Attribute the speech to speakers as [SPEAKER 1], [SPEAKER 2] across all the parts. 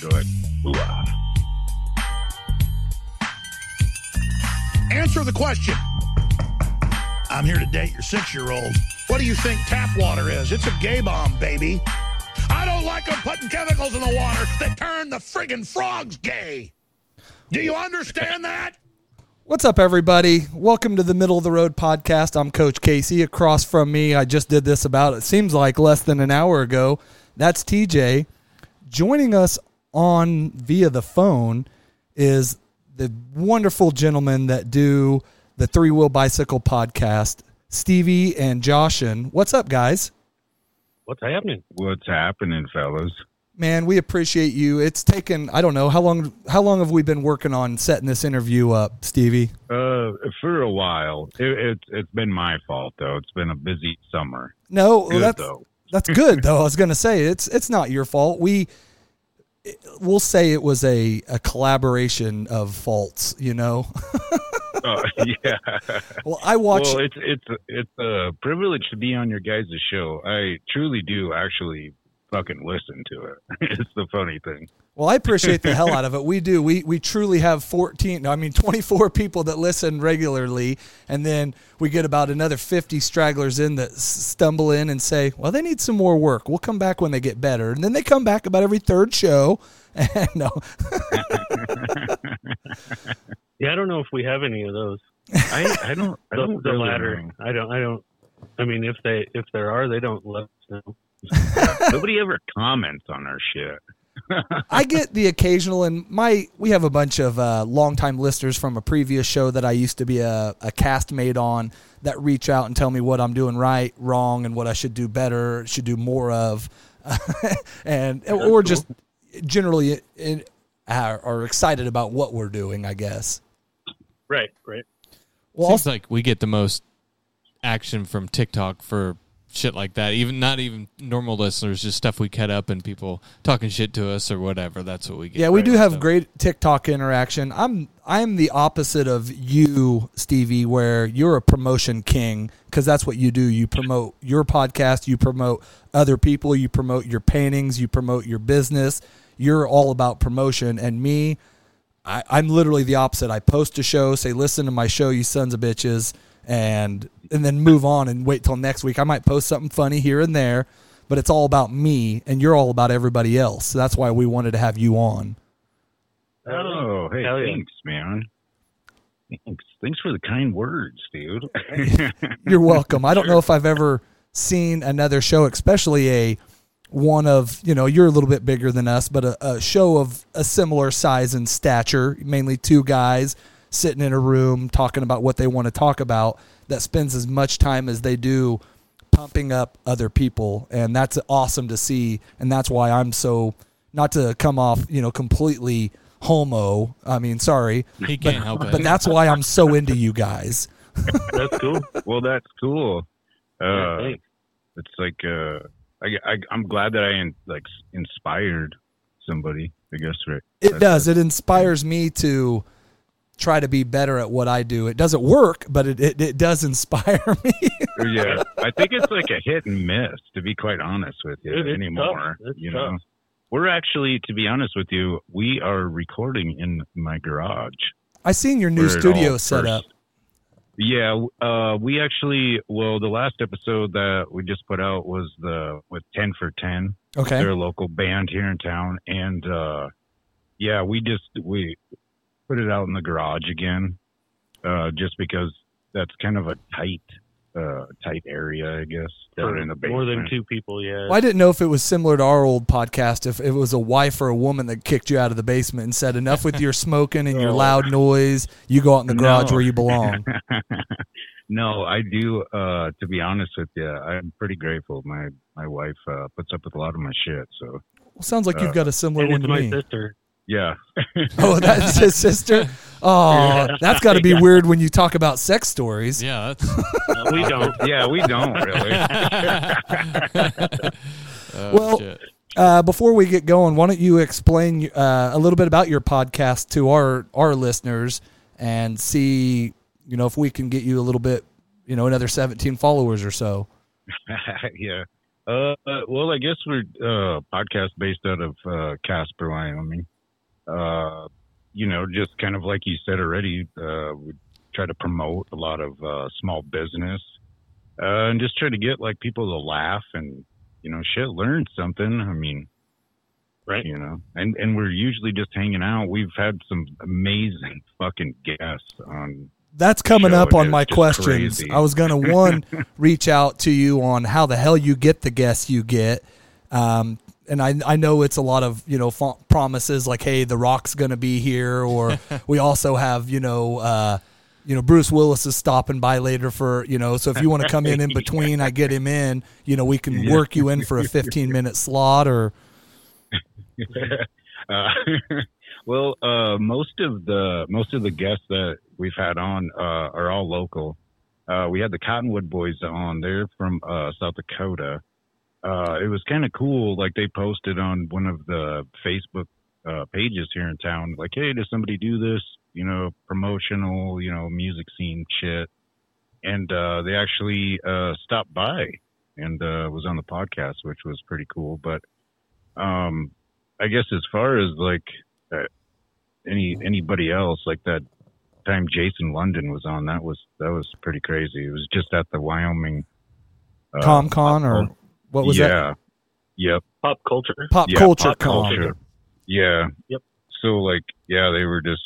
[SPEAKER 1] Good. Answer the question. I'm here to date your six year old. What do you think tap water is? It's a gay bomb, baby. I don't like them putting chemicals in the water that turn the friggin' frogs gay. Do you understand that?
[SPEAKER 2] What's up, everybody? Welcome to the Middle of the Road podcast. I'm Coach Casey. Across from me, I just did this about it seems like less than an hour ago. That's TJ. Joining us on via the phone is the wonderful gentlemen that do the Three Wheel Bicycle podcast, Stevie and Joshin. What's up, guys?
[SPEAKER 3] What's happening?
[SPEAKER 4] What's happening, fellas?
[SPEAKER 2] Man, we appreciate you. It's taken I don't know how long how long have we been working on setting this interview up, Stevie?
[SPEAKER 4] Uh, for a while, it, it, it's been my fault though. It's been a busy summer.
[SPEAKER 2] No, well,
[SPEAKER 4] Good,
[SPEAKER 2] that's
[SPEAKER 4] though.
[SPEAKER 2] that's good though. I was going to say it's it's not your fault. We we'll say it was a a collaboration of faults. You know.
[SPEAKER 4] Uh, yeah.
[SPEAKER 2] Well, I watched.
[SPEAKER 4] Well, it's it's it's a privilege to be on your guys' show. I truly do actually fucking listen to it. it's the funny thing.
[SPEAKER 2] Well, I appreciate the hell out of it. We do. We we truly have 14, no, I mean 24 people that listen regularly and then we get about another 50 stragglers in that s- stumble in and say, "Well, they need some more work. We'll come back when they get better." And then they come back about every third show. And uh, no.
[SPEAKER 3] Yeah, I don't know if we have any of those.
[SPEAKER 4] I I don't
[SPEAKER 3] The,
[SPEAKER 4] I don't
[SPEAKER 3] the
[SPEAKER 4] really
[SPEAKER 3] latter.
[SPEAKER 4] know.
[SPEAKER 3] I don't. I don't. I mean, if they if there are, they don't let us know.
[SPEAKER 4] Nobody ever comments on our shit.
[SPEAKER 2] I get the occasional, and my we have a bunch of uh, longtime listeners from a previous show that I used to be a, a cast mate on that reach out and tell me what I'm doing right, wrong, and what I should do better, should do more of, and or just generally in, are are excited about what we're doing. I guess.
[SPEAKER 3] Right. Right.
[SPEAKER 2] Well,
[SPEAKER 5] Seems like we get the most action from TikTok for shit like that. Even not even normal listeners, just stuff we cut up and people talking shit to us or whatever. That's what we get.
[SPEAKER 2] Yeah, we do
[SPEAKER 5] right?
[SPEAKER 2] have
[SPEAKER 5] So-
[SPEAKER 2] great TikTok interaction. I'm I'm the opposite of you, Stevie, where you're a promotion king because that's what you do. You promote your podcast, you promote other people, you promote your paintings, you promote your business. You're all about promotion, and me, I, I'm literally the opposite. I post a show, say, "Listen to my show, you sons of bitches," and and then move on and wait till next week. I might post something funny here and there, but it's all about me, and you're all about everybody else. So that's why we wanted to have you on.
[SPEAKER 4] Oh, hey,
[SPEAKER 3] Hell yeah.
[SPEAKER 4] thanks, man. Thanks. Thanks for the kind words, dude.
[SPEAKER 2] You're welcome. I don't know if I've ever seen another show, especially a one of you know you're a little bit bigger than us, but a, a show of a similar size and stature, mainly two guys sitting in a room talking about what they want to talk about that spends as much time as they do pumping up other people and that's awesome to see and that's why I'm so not to come off, you know, completely homo. I mean, sorry,
[SPEAKER 5] He can't help it.
[SPEAKER 2] but that's why I'm so into you guys.
[SPEAKER 3] That's cool.
[SPEAKER 4] well, that's cool. Uh,
[SPEAKER 3] Yeah, thanks.
[SPEAKER 4] it's like uh I, am glad that I in, like s- inspired somebody. I guess right.
[SPEAKER 2] It does. It inspires me to try to be better at what I do. It doesn't work, but it, it, it does inspire me.
[SPEAKER 4] Yeah, I think it's like a hit and miss. To be quite honest with you,
[SPEAKER 3] It is
[SPEAKER 4] anymore,
[SPEAKER 3] tough. It's
[SPEAKER 4] you
[SPEAKER 3] tough.
[SPEAKER 4] know, we're actually, to be honest with you, we are recording in my garage.
[SPEAKER 2] I seen your new
[SPEAKER 4] Where it all
[SPEAKER 2] studio
[SPEAKER 4] first-
[SPEAKER 2] set up.
[SPEAKER 4] Yeah, uh, we actually well, the last episode that we just put out was the with ten for ten.
[SPEAKER 2] Okay.
[SPEAKER 4] They're a local band here in town, and uh, yeah, we just we put it out in the garage again, uh, just because that's kind of a tight, uh, tight area, I guess, down in the
[SPEAKER 3] more
[SPEAKER 4] basement.
[SPEAKER 3] than two people. Yeah.
[SPEAKER 2] Well, I didn't know if it was similar to our old podcast, if it was a wife or a woman that kicked you out of the basement and said, enough with your smoking and your
[SPEAKER 4] Oh.
[SPEAKER 2] loud noise. You go out in the garage
[SPEAKER 4] No.
[SPEAKER 2] where you belong.
[SPEAKER 4] no, I do. Uh, to be honest with you, I'm pretty grateful. My my wife uh, puts up with a lot of my shit, so
[SPEAKER 2] Well, sounds like you've
[SPEAKER 4] Uh,
[SPEAKER 2] got a similar
[SPEAKER 3] and
[SPEAKER 2] one
[SPEAKER 3] it's
[SPEAKER 2] to
[SPEAKER 3] my
[SPEAKER 2] me.
[SPEAKER 3] sister.
[SPEAKER 4] yeah.
[SPEAKER 2] Oh, that's his sister? Oh, that's got to be weird when you talk about sex stories.
[SPEAKER 5] Yeah,
[SPEAKER 3] Uh, we don't.
[SPEAKER 4] Yeah, we don't really.
[SPEAKER 5] that's. Oh,
[SPEAKER 2] Well,
[SPEAKER 5] shit.
[SPEAKER 2] Uh, before we get going, why don't you explain uh, a little bit about your podcast to our our listeners and see, you know, if we can get you a little bit, you know, another 17 followers or so.
[SPEAKER 4] yeah. Uh, uh, well, I guess we're uh, podcast based out of uh, Casper, Wyoming. Uh, you know, just kind of like you said already, uh, we try to promote a lot of uh, small business uh, and just try to get like people to laugh and you know, shit, learn something. I mean,
[SPEAKER 3] Right.
[SPEAKER 4] You know, and and we're usually just hanging out. We've had some amazing fucking guests on.
[SPEAKER 2] That's coming
[SPEAKER 4] show,
[SPEAKER 2] up on
[SPEAKER 4] dude.
[SPEAKER 2] my
[SPEAKER 4] Just
[SPEAKER 2] questions.
[SPEAKER 4] crazy.
[SPEAKER 2] I was going to one reach out to you on how the hell you get the guests you get. Um, and I, I know it's a lot of you know fa- promises like hey the rock's going to be here or we also have you know uh, you know Bruce Willis is stopping by later for you know so if you want to come in in between I get him in you know we can work you in for a 15 minute slot or
[SPEAKER 4] Uh, well, uh, most of the most of the guests that we've had on uh, are all local. Uh, we had the Cottonwood Boys on. They're from uh, South Dakota. Uh, it was kind of cool. Like they posted on one of the Facebook uh, pages here in town, like, "Hey, does somebody do this? You know, promotional, you know, music scene shit." And uh, they actually uh, stopped by and uh, was on the podcast, which was pretty cool. But um, I guess as far as like uh, any anybody else, like that time Jason London was on, that was that was pretty crazy. It was just at the Wyoming. Uh,
[SPEAKER 2] Tom Con or what was
[SPEAKER 4] yeah.
[SPEAKER 2] that
[SPEAKER 4] Yep.
[SPEAKER 3] Pop culture.
[SPEAKER 2] pop
[SPEAKER 4] Yeah,
[SPEAKER 2] culture
[SPEAKER 4] pop
[SPEAKER 2] con
[SPEAKER 4] culture. Yeah.
[SPEAKER 3] Yep.
[SPEAKER 4] So like, yeah, they were just,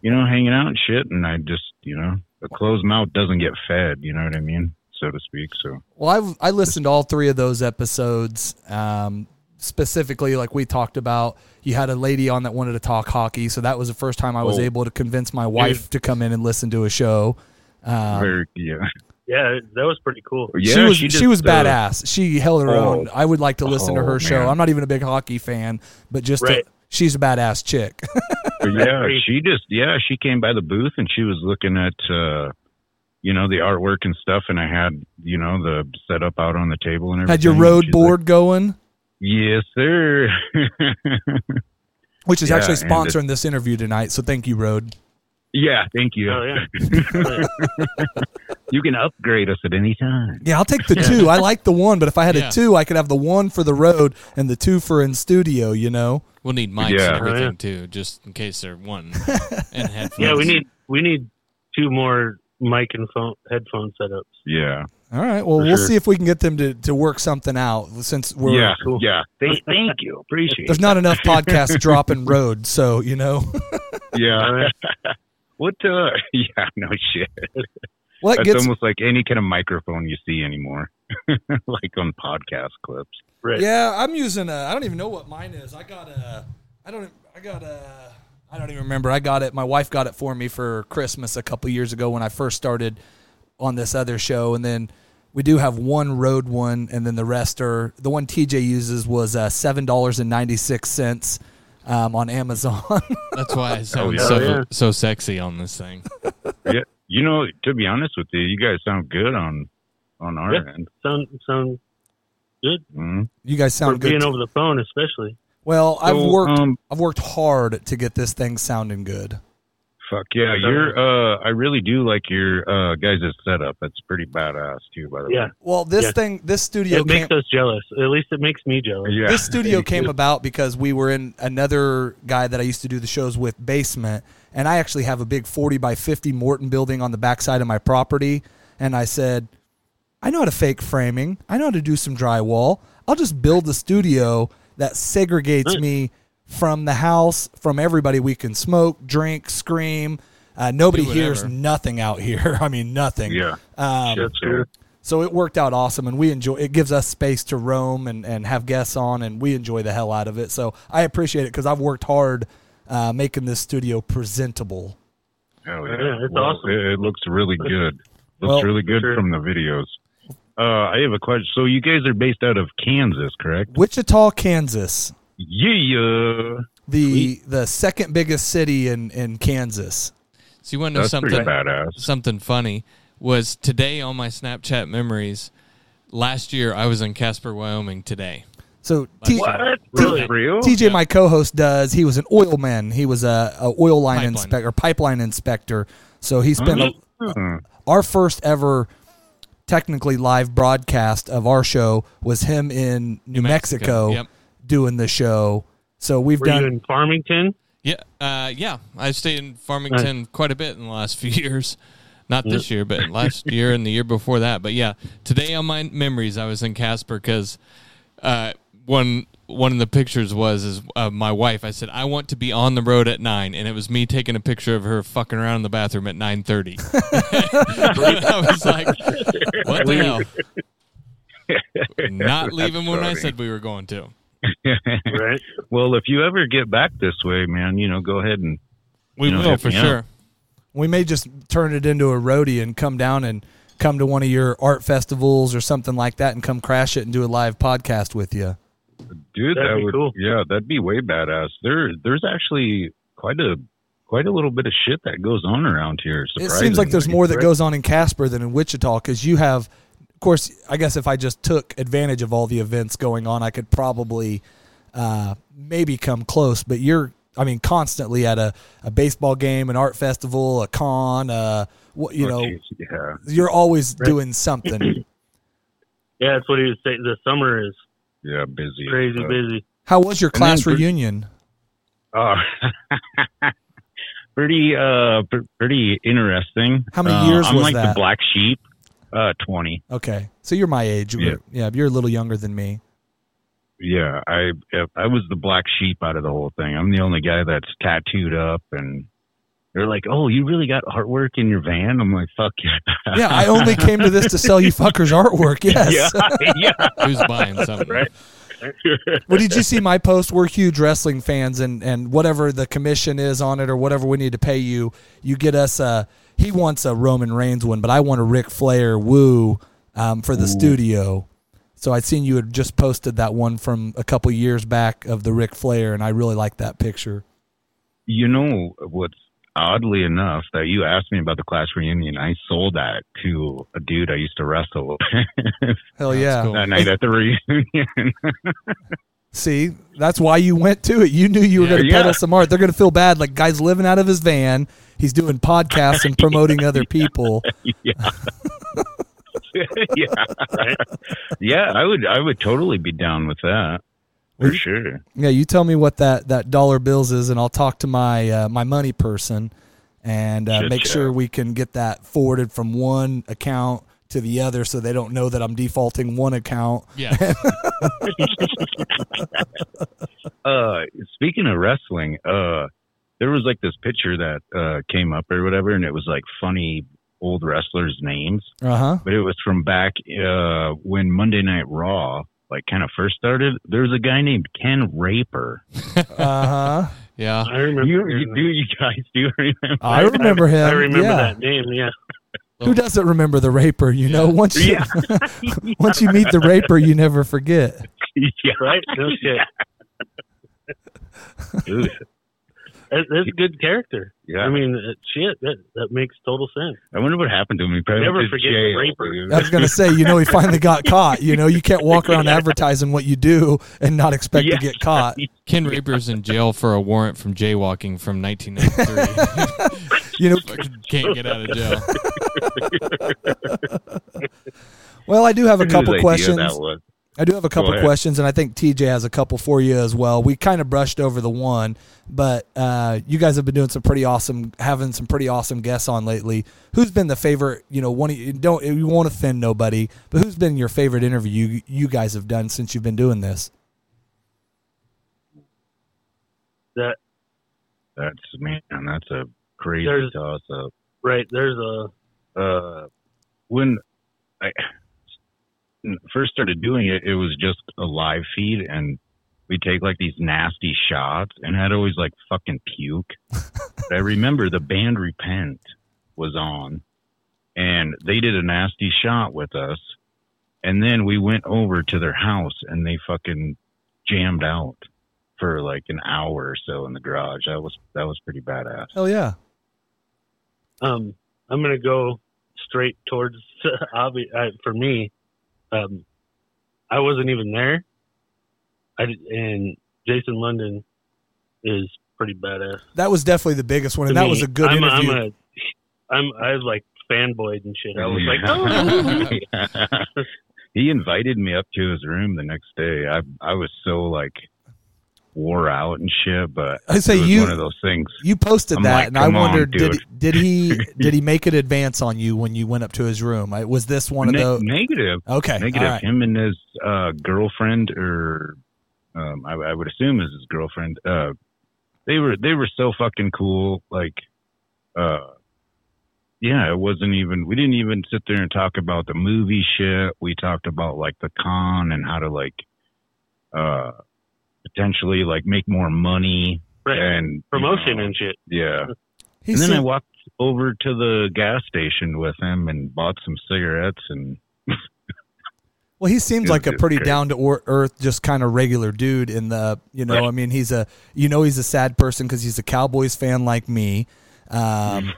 [SPEAKER 4] you know, hanging out and shit, and I just, you know, a closed mouth doesn't get fed. You know what I mean, so to speak. So
[SPEAKER 2] Well, I I listened to all three of those episodes. Um, specifically, like we talked about, you had a lady on that wanted to talk hockey, so that was the first time I was
[SPEAKER 4] Oh.
[SPEAKER 2] able to convince my wife to come in and listen to a show. Um,
[SPEAKER 4] very, yeah,
[SPEAKER 3] Yeah, that was pretty cool.
[SPEAKER 4] yeah.
[SPEAKER 2] she was she,
[SPEAKER 4] just,
[SPEAKER 2] was
[SPEAKER 4] uh,
[SPEAKER 2] badass. She held her
[SPEAKER 4] Oh.
[SPEAKER 2] own. I would like to listen to
[SPEAKER 4] Oh,
[SPEAKER 2] her show.
[SPEAKER 4] man.
[SPEAKER 2] I'm not even a big hockey fan, but just a-
[SPEAKER 3] Right.
[SPEAKER 2] she's a badass chick.
[SPEAKER 4] But yeah,
[SPEAKER 3] Agreed.
[SPEAKER 4] she just yeah, she came by the booth and she was looking at uh you know, the artwork and stuff and I had, you know, the setup out on the table and everything.
[SPEAKER 2] had your
[SPEAKER 4] and
[SPEAKER 2] road
[SPEAKER 4] she's
[SPEAKER 2] board going,
[SPEAKER 4] like, yes, sir.
[SPEAKER 2] which is
[SPEAKER 4] Yeah,
[SPEAKER 2] actually
[SPEAKER 4] and it-
[SPEAKER 2] sponsoring this interview tonight. So thank you, Road.
[SPEAKER 4] yeah, thank you.
[SPEAKER 3] Oh, yeah. Oh, yeah.
[SPEAKER 4] You can upgrade us at any time.
[SPEAKER 2] Yeah, I'll take the two. I like the one, but if I had
[SPEAKER 5] Yeah.
[SPEAKER 2] a two, I could have the one for the road and the two for in studio. You know.
[SPEAKER 5] We'll need mics
[SPEAKER 4] Yeah.
[SPEAKER 5] and everything
[SPEAKER 3] Oh, yeah.
[SPEAKER 5] too, just in case they're one and headphones.
[SPEAKER 3] Yeah, we need we need two more mic and phone headphone setups.
[SPEAKER 4] Yeah.
[SPEAKER 2] All right. Well,
[SPEAKER 4] For
[SPEAKER 2] we'll
[SPEAKER 4] sure.
[SPEAKER 2] see if we can get them to, to work something out since we're
[SPEAKER 4] yeah.
[SPEAKER 3] cool.
[SPEAKER 4] Yeah. Thank, thank you. Appreciate it.
[SPEAKER 2] there's not enough podcasts dropping road, so you know
[SPEAKER 4] Yeah.
[SPEAKER 3] Alright.
[SPEAKER 4] What uh yeah, no shit.
[SPEAKER 2] what
[SPEAKER 4] That's
[SPEAKER 2] gets
[SPEAKER 4] almost like any kind of microphone you see anymore. like on podcast clips.
[SPEAKER 3] Right.
[SPEAKER 2] Yeah, I'm using a. I don't even know what mine is. I got a. I don't. I got a. I don't even remember. I got it. My wife got it for me for Christmas a couple years ago when I first started on this other show, and then we do have one road one, and then the rest are the one TJ uses was uh, seven dollars and ninety six cents um, on Amazon.
[SPEAKER 5] That's why I sound
[SPEAKER 4] yeah.
[SPEAKER 5] so
[SPEAKER 3] Oh, yeah.
[SPEAKER 5] so sexy on this thing.
[SPEAKER 4] yeah, you know, to be honest with you, you guys sound good on on our
[SPEAKER 3] Yeah.
[SPEAKER 4] end.
[SPEAKER 3] Sound sound good
[SPEAKER 4] Mhm.
[SPEAKER 2] you guys
[SPEAKER 3] for
[SPEAKER 2] sound
[SPEAKER 3] being
[SPEAKER 2] good.
[SPEAKER 3] over the phone, especially.
[SPEAKER 2] well,
[SPEAKER 4] So,
[SPEAKER 2] I've worked.
[SPEAKER 4] Um,
[SPEAKER 2] I've worked hard to get this thing sounding good.
[SPEAKER 4] fuck yeah, you're. Uh, I really do like your uh, guys' setup. That's pretty badass too, by the
[SPEAKER 3] Yeah,
[SPEAKER 2] Well, this
[SPEAKER 3] Yeah.
[SPEAKER 2] thing, this studio
[SPEAKER 3] it
[SPEAKER 2] came.
[SPEAKER 3] makes us jealous. At least it makes me jealous.
[SPEAKER 4] way. Yeah.
[SPEAKER 2] This studio came about because we were in another guy that I used to do the shows with basement, and I actually have a big forty by fifty Morton building on the backside of my property, and I said, I know how to fake framing. I know how to do some drywall. I'll just build a studio that segregates me from the house, from everybody. We can smoke, drink, scream. Uh, nobody
[SPEAKER 5] whatever.
[SPEAKER 2] hears nothing out here. I mean, nothing.
[SPEAKER 4] yeah.
[SPEAKER 2] Um,
[SPEAKER 4] Shit,
[SPEAKER 3] That's cool.
[SPEAKER 2] so it worked out awesome, and we enjoy. It gives us space to roam and, and have guests on, and we enjoy the hell out of it. So I appreciate it because I've worked hard uh, making this studio presentable.
[SPEAKER 4] Hell yeah.
[SPEAKER 3] Yeah, it's awesome.
[SPEAKER 4] It, it looks really good. Looks
[SPEAKER 2] Well-
[SPEAKER 4] really good
[SPEAKER 3] Sure.
[SPEAKER 4] from the videos. Uh, I have a question. So you guys are based out of Kansas, correct?
[SPEAKER 2] Wichita, Kansas,
[SPEAKER 4] Yeah.
[SPEAKER 2] the the second biggest city in in Kansas.
[SPEAKER 5] So you want to know
[SPEAKER 4] That's
[SPEAKER 5] something?
[SPEAKER 4] pretty badass.
[SPEAKER 5] something funny was today on my Snapchat memories. Last year, I was in Casper, Wyoming. Today,
[SPEAKER 2] So T-
[SPEAKER 3] What?
[SPEAKER 4] For
[SPEAKER 3] Really?
[SPEAKER 4] real?
[SPEAKER 2] TJ, my co-host, does. He was an oil man. He was a, a oil line
[SPEAKER 5] Pipeline.
[SPEAKER 3] Hmm.
[SPEAKER 2] inspector, pipeline inspector. So he spent a,
[SPEAKER 4] Huh?
[SPEAKER 2] our first ever technically live broadcast of our show was him in New, Mexico,
[SPEAKER 5] Yep.
[SPEAKER 2] doing the show. So we've
[SPEAKER 3] Were
[SPEAKER 2] done
[SPEAKER 3] you in Farmington?
[SPEAKER 5] Yeah, uh, yeah. I stayed in Farmington quite a bit in the last few years. Not this year, but last year and the year before that. But yeah, today on my memories, I was in Casper because uh, one one of the pictures was is uh, my wife. I said I want to be on the road at nine, and it was me taking a picture of her fucking around in the bathroom at nine thirty. I was like, what the hell? Not leaving when I
[SPEAKER 4] funny.
[SPEAKER 5] said we were going to.
[SPEAKER 3] Right.
[SPEAKER 4] well, if you ever get back this way, man, you know, go ahead and
[SPEAKER 5] We
[SPEAKER 4] You know,
[SPEAKER 5] will
[SPEAKER 4] hit
[SPEAKER 5] for
[SPEAKER 4] me up.
[SPEAKER 5] sure.
[SPEAKER 2] we may just turn it into a roadie and come down and come to one of your art festivals or something like that and come crash it and do a live podcast with you.
[SPEAKER 3] That'd
[SPEAKER 4] dude, that
[SPEAKER 3] be
[SPEAKER 4] would
[SPEAKER 3] cool.
[SPEAKER 4] yeah, that'd be way badass. There, there's actually quite a quite a little bit of shit that goes on around here.
[SPEAKER 2] It seems like there's
[SPEAKER 4] surprisingly.
[SPEAKER 2] more that goes on in Casper than in Wichita because you have, of course, I guess if I just took advantage of all the events going on, I could probably uh, maybe come close, but you're. I mean, constantly at a, a baseball game, an art festival, a con, uh, what you
[SPEAKER 4] Oh,
[SPEAKER 2] know,
[SPEAKER 4] geez, yeah.
[SPEAKER 2] you're always doing something.
[SPEAKER 3] Yeah, that's what he was saying. The summer is
[SPEAKER 4] Yeah, busy.
[SPEAKER 3] crazy
[SPEAKER 4] Uh,
[SPEAKER 3] busy.
[SPEAKER 2] How was your
[SPEAKER 4] And then
[SPEAKER 2] class
[SPEAKER 4] Bru-
[SPEAKER 2] reunion?
[SPEAKER 4] uh, pretty, uh, pr- pretty interesting.
[SPEAKER 2] How many
[SPEAKER 4] Uh,
[SPEAKER 2] years
[SPEAKER 4] I'm
[SPEAKER 2] was
[SPEAKER 4] like
[SPEAKER 2] that?
[SPEAKER 4] the black sheep. Uh, twenty.
[SPEAKER 2] Okay, so you're my age.
[SPEAKER 4] Yeah.
[SPEAKER 2] Yeah, yeah you're a little younger than me.
[SPEAKER 4] Yeah, I I was the black sheep out of the whole thing. I'm the only guy that's tattooed up, and they're like, "Oh, you really got artwork in your van?" I'm like, "Fuck yeah,
[SPEAKER 2] Yeah, I only came to this to sell you fuckers artwork. Yes.
[SPEAKER 4] yeah, yeah."
[SPEAKER 5] Who's buying something?
[SPEAKER 2] Well, did you see my post? We're huge wrestling fans, and and whatever the commission is on it or whatever we need to pay you, you get us a. He wants a Roman Reigns one, but I want a Ric Flair woo um, for the studio. So I'd seen you had just posted that one from a couple years back of the Ric Flair, and I really like that picture.
[SPEAKER 4] You know what's oddly enough that you asked me about the class reunion. I sold that to a dude I used to wrestle
[SPEAKER 2] Hell
[SPEAKER 5] That's
[SPEAKER 2] yeah!
[SPEAKER 5] cool.
[SPEAKER 4] that night at the reunion.
[SPEAKER 2] See, that's why you went to it. You knew you were
[SPEAKER 5] Yeah.
[SPEAKER 2] going to
[SPEAKER 4] Yeah.
[SPEAKER 2] peddle some art. They're going to feel bad. Like, guy's living out of his van. He's doing podcasts and promoting other people.
[SPEAKER 4] yeah, yeah, I would, I would totally be down with that for sure.
[SPEAKER 2] Yeah, you tell me what that, that dollar bills is, and I'll talk to my uh, my money person and uh,
[SPEAKER 4] Shit,
[SPEAKER 2] make
[SPEAKER 4] yeah.
[SPEAKER 2] sure we can get that forwarded from one account to the other, so they don't know that I'm defaulting one account.
[SPEAKER 5] Yeah.
[SPEAKER 4] uh speaking of wrestling uh there was like this picture that uh came up or whatever and it was like funny old wrestlers names
[SPEAKER 2] Uh huh.
[SPEAKER 4] but it was from back uh when monday night raw like kind of first started there's a guy named ken raper
[SPEAKER 2] Uh huh.
[SPEAKER 5] Yeah.
[SPEAKER 3] I remember.
[SPEAKER 4] you,
[SPEAKER 3] hearing
[SPEAKER 4] you
[SPEAKER 3] that.
[SPEAKER 4] do you guys do remember
[SPEAKER 2] I remember him.
[SPEAKER 3] I remember
[SPEAKER 2] yeah.
[SPEAKER 3] that name. Yeah.
[SPEAKER 2] Who doesn't remember the raper? You know,
[SPEAKER 5] Yeah.
[SPEAKER 2] once you, once you meet the raper, you never forget.
[SPEAKER 4] yeah
[SPEAKER 3] Right. No shit.
[SPEAKER 4] dude.
[SPEAKER 3] That, that's a good character.
[SPEAKER 4] yeah
[SPEAKER 3] I mean, uh, shit. That that makes total sense.
[SPEAKER 4] i wonder what happened to him He probably
[SPEAKER 3] Never
[SPEAKER 4] went to
[SPEAKER 3] forget
[SPEAKER 4] jail,
[SPEAKER 3] Raper.
[SPEAKER 4] dude.
[SPEAKER 2] I was gonna say, you know, he finally got caught. You know, you can't walk around advertising what you do and not expect
[SPEAKER 4] Yeah.
[SPEAKER 2] to get caught.
[SPEAKER 5] Ken Raper's in jail for a warrant from jaywalking from 1993.
[SPEAKER 2] You know,
[SPEAKER 5] Fucking Can't get out of jail.
[SPEAKER 2] well, I do have a
[SPEAKER 4] Whose
[SPEAKER 2] couple
[SPEAKER 4] idea
[SPEAKER 2] questions.
[SPEAKER 4] that was.
[SPEAKER 2] I do have a couple
[SPEAKER 4] ahead.
[SPEAKER 2] questions, and I think TJ has a couple for you as well. We kind of brushed over the one, but uh, you guys have been doing some pretty awesome, having some pretty awesome guests on lately. Who's been the favorite? You know, one of you don't you won't offend nobody, but who's been your favorite interview you, you guys have done since you've been doing this?
[SPEAKER 3] That
[SPEAKER 4] that's man that's a crazy
[SPEAKER 3] There's-
[SPEAKER 4] toss up
[SPEAKER 3] right. There's a
[SPEAKER 4] uh, when I first started doing it, it was just a live feed, and we take like these nasty shots, and I'd always like fucking puke. but I remember the band Repent was on, and they did a nasty shot with us, and then we went over to their house, and they fucking jammed out for like an hour or so in the garage. That was that was pretty badass.
[SPEAKER 2] Hell yeah!
[SPEAKER 3] Um, I'm gonna go straight towards obvious uh, for me. Um, I wasn't even there. I did- and Jason London is pretty badass.
[SPEAKER 2] That was definitely the biggest one,
[SPEAKER 3] to
[SPEAKER 2] and that
[SPEAKER 3] me.
[SPEAKER 2] was a good
[SPEAKER 3] I'm
[SPEAKER 2] interview.
[SPEAKER 3] A, I'm a, I'm I like fanboyed and shit. I was like, oh,
[SPEAKER 4] he invited me up to his room the next day. I I was so like wore out and shit, but
[SPEAKER 2] I say
[SPEAKER 4] it was
[SPEAKER 2] you-
[SPEAKER 4] one of those things.
[SPEAKER 2] You posted
[SPEAKER 4] I'm
[SPEAKER 2] that,
[SPEAKER 4] like,
[SPEAKER 2] and I
[SPEAKER 4] "Come on,
[SPEAKER 2] wondered did
[SPEAKER 4] dude."
[SPEAKER 2] did he did he make an advance on you when you went up to his room? I- Was this one of
[SPEAKER 4] Ne-
[SPEAKER 2] those?
[SPEAKER 4] negative,
[SPEAKER 2] Okay,
[SPEAKER 4] negative.
[SPEAKER 2] all right.
[SPEAKER 4] Him and his uh, girlfriend, or um, I, I would assume is his girlfriend. Uh, they were they were so fucking cool. Like, uh, yeah, it wasn't even. We didn't even sit there and talk about the movie shit. We talked about like the con and how to like uh, potentially like make more money
[SPEAKER 3] right.
[SPEAKER 4] and you
[SPEAKER 3] promotion
[SPEAKER 4] know,
[SPEAKER 3] and shit.
[SPEAKER 4] yeah
[SPEAKER 2] He
[SPEAKER 4] and then I
[SPEAKER 2] seemed,
[SPEAKER 4] walked over to the gas station with him and bought some cigarettes and
[SPEAKER 2] well, he seems
[SPEAKER 4] Dude,
[SPEAKER 2] like a
[SPEAKER 4] dude,
[SPEAKER 2] pretty
[SPEAKER 4] great.
[SPEAKER 2] down to earth, just kind of regular dude. In the you know, I mean, he's a you know he's a sad person because he's a Cowboys fan like me. Um,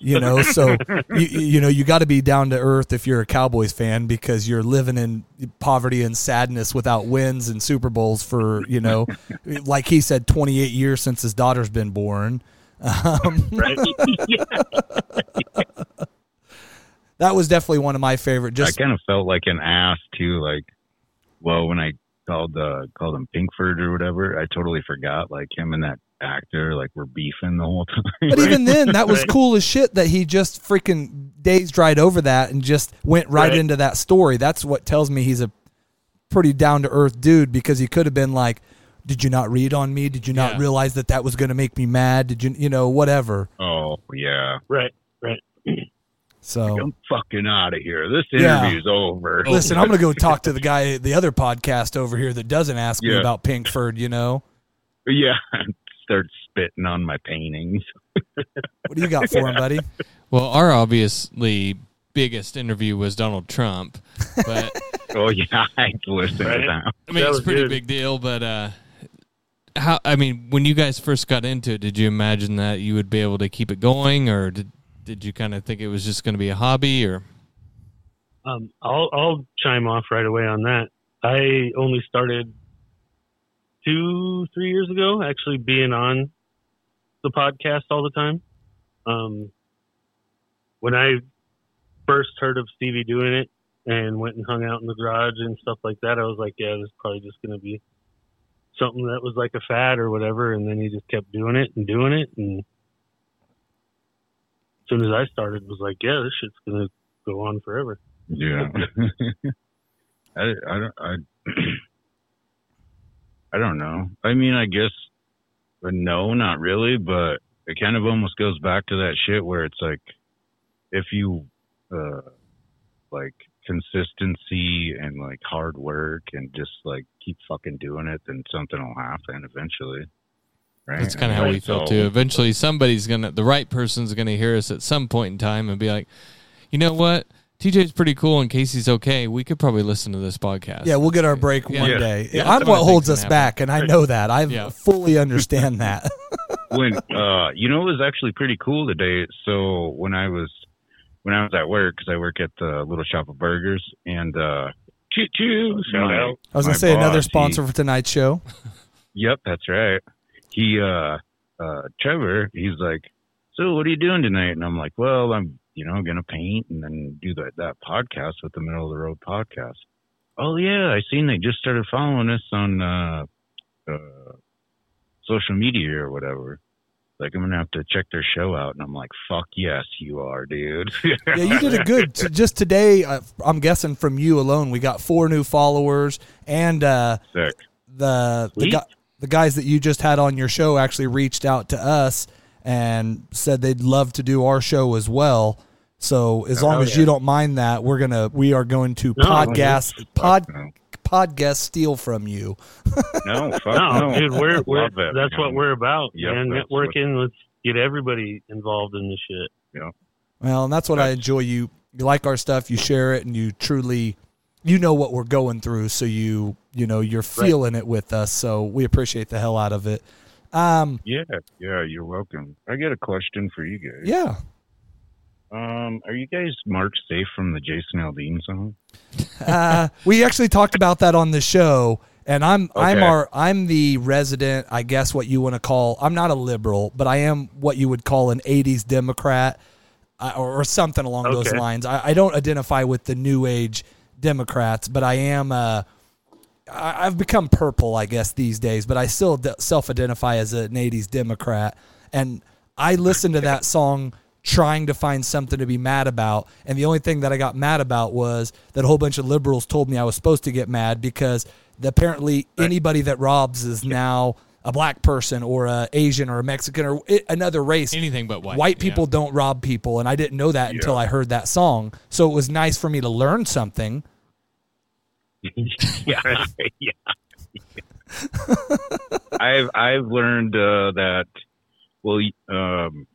[SPEAKER 2] you know, so you you you know you got to be down to earth if you're a Cowboys fan because you're living in poverty and sadness without wins and Super Bowls for you know, like he said, 28 years since his daughter's been born. Um,
[SPEAKER 3] Right. yeah.
[SPEAKER 2] That was definitely one of my favorite. Just
[SPEAKER 4] I kind of felt like an ass too. Like, well, when I called uh, called him Pinkford or whatever, I totally forgot. Like him and that actor, like were beefing the whole time.
[SPEAKER 2] But even then, that was
[SPEAKER 3] Right.
[SPEAKER 2] cool as shit that he just freaking days dried over that and just went right,
[SPEAKER 3] Right.
[SPEAKER 2] into that story. That's what tells me he's a pretty down to earth dude because he could have been like, "Did you not read on me? Did you not
[SPEAKER 5] Yeah.
[SPEAKER 2] realize that that was going to make me mad? Did you, you know, whatever?"
[SPEAKER 4] oh yeah,
[SPEAKER 3] Right.
[SPEAKER 2] So
[SPEAKER 4] I'm fucking out of here. This
[SPEAKER 2] Oh. Yeah. Oh.
[SPEAKER 4] interview's over.
[SPEAKER 2] listen, I'm going to go talk to the guy, the other podcast over here that doesn't ask me
[SPEAKER 4] Yeah.
[SPEAKER 2] about Pinkford. You know,
[SPEAKER 4] yeah, start spitting on my paintings.
[SPEAKER 2] what do you got for him, buddy?
[SPEAKER 5] Well, our obviously biggest interview was Donald Trump, but
[SPEAKER 4] Oh yeah, I listen
[SPEAKER 3] Right.
[SPEAKER 4] to that.
[SPEAKER 5] I mean
[SPEAKER 3] That
[SPEAKER 5] it's
[SPEAKER 3] was
[SPEAKER 5] a pretty
[SPEAKER 3] good.
[SPEAKER 5] big deal. But uh, how? I mean, when you guys first got into it, did you imagine that you would be able to keep it going, or did did you kind of think it was just going to be a hobby, or
[SPEAKER 3] Um, I'll I'll chime off right away on that. I only started two three years ago, actually being on the podcast all the time. Um, when I first heard of Stevie doing it and went and hung out in the garage and stuff like that, I was like, yeah, this is probably just going to be something that was like a fad or whatever. And then he just kept doing it and doing it. And as soon as I started, it was like, yeah, this shit's going to go on forever.
[SPEAKER 4] Yeah. I, I don't I, I don't know. I mean, I guess but no, not really, but it kind of almost goes back to that shit where it's like if you uh like consistency and like hard work and just like keep fucking doing it, then something will happen eventually. Right?
[SPEAKER 5] that's kind of how we felt
[SPEAKER 4] So-
[SPEAKER 5] too. Eventually, somebody's gonna, the right person's gonna hear us at some point in time and be like, you know what, TJ's pretty cool, and Casey's okay. We could probably listen to this podcast.
[SPEAKER 2] Yeah, we'll get our break
[SPEAKER 5] Yeah.
[SPEAKER 2] one
[SPEAKER 4] Yeah.
[SPEAKER 2] day.
[SPEAKER 5] Yeah,
[SPEAKER 2] I'm
[SPEAKER 5] that's what I
[SPEAKER 2] what holds
[SPEAKER 5] think's
[SPEAKER 2] us
[SPEAKER 5] gonna
[SPEAKER 2] back, and I know that. I
[SPEAKER 5] Yeah.
[SPEAKER 2] fully understand that.
[SPEAKER 4] when uh you know it was actually pretty cool today so when i was when i was at work because i work at the little shop of burgers and uh choo choo
[SPEAKER 3] Shout out.
[SPEAKER 2] I was going
[SPEAKER 4] My
[SPEAKER 2] to say another
[SPEAKER 4] boss, he-
[SPEAKER 2] sponsor for tonight's show.
[SPEAKER 4] Yep, that's right. He, uh, uh, Trevor, he's like, so what are you doing tonight? And I'm like, well, I'm, you know, gonna paint and then do that that podcast with the middle of the road podcast. Oh yeah, I seen they just started following us on uh, uh, social media or whatever. Like I'm gonna have to check their show out, and I'm like, fuck yes, you are, dude.
[SPEAKER 2] yeah, you did a good. t- just today, uh, I'm guessing from you alone, we got four new followers, and uh,
[SPEAKER 4] Sick.
[SPEAKER 2] the the, gu- the guys that you just had on your show actually reached out to us and said they'd love to do our show as well. So as long
[SPEAKER 4] Oh,
[SPEAKER 2] as
[SPEAKER 4] yeah.
[SPEAKER 2] you don't mind that, we're gonna we are going to
[SPEAKER 3] No,
[SPEAKER 2] podcast pod
[SPEAKER 4] No,
[SPEAKER 2] podcast steal from you.
[SPEAKER 4] no, fuck
[SPEAKER 3] No,
[SPEAKER 4] no,
[SPEAKER 3] dude, we're,
[SPEAKER 4] Love
[SPEAKER 3] we're
[SPEAKER 4] it,
[SPEAKER 3] that's what
[SPEAKER 4] man.
[SPEAKER 3] we're about,
[SPEAKER 4] Yep,
[SPEAKER 3] man.
[SPEAKER 4] that's what-
[SPEAKER 3] Networking. Let's get everybody involved in this shit.
[SPEAKER 2] Well, and that's what I
[SPEAKER 4] That's-
[SPEAKER 2] enjoy. You you like our stuff, you share it, and you truly you know what we're going through, so you you know you're feeling it with us. So we appreciate the hell out of it. Um,
[SPEAKER 4] Yeah, yeah, you're welcome. I got a question for you guys.
[SPEAKER 2] yeah,
[SPEAKER 4] Um, are you guys marked safe from the Jason Aldean song?
[SPEAKER 2] uh, we actually talked about that on the show, and I'm I'm
[SPEAKER 4] Okay.
[SPEAKER 2] our I'm the resident, I guess what you want to call. I'm not a liberal, but I am what you would call an '80s Democrat. I- or, or something along those
[SPEAKER 3] Okay.
[SPEAKER 2] lines. I, I don't identify with the new age Democrats, but I am. Uh, I, I've become purple, I guess, these days, but I still d- self-identify as an '80s Democrat, and I listened to that song trying to find something to be mad about, and the only thing that I got mad about was that a whole bunch of liberals told me I was supposed to get mad because apparently anybody that robs is now a black person or a Asian or a Mexican or i- another race
[SPEAKER 5] Anything but white.
[SPEAKER 2] white
[SPEAKER 5] yeah.
[SPEAKER 2] people don't rob people and i didn't know that until i heard that song so it was nice for me to learn something
[SPEAKER 4] yeah, yeah. I've I've learned uh, that well um,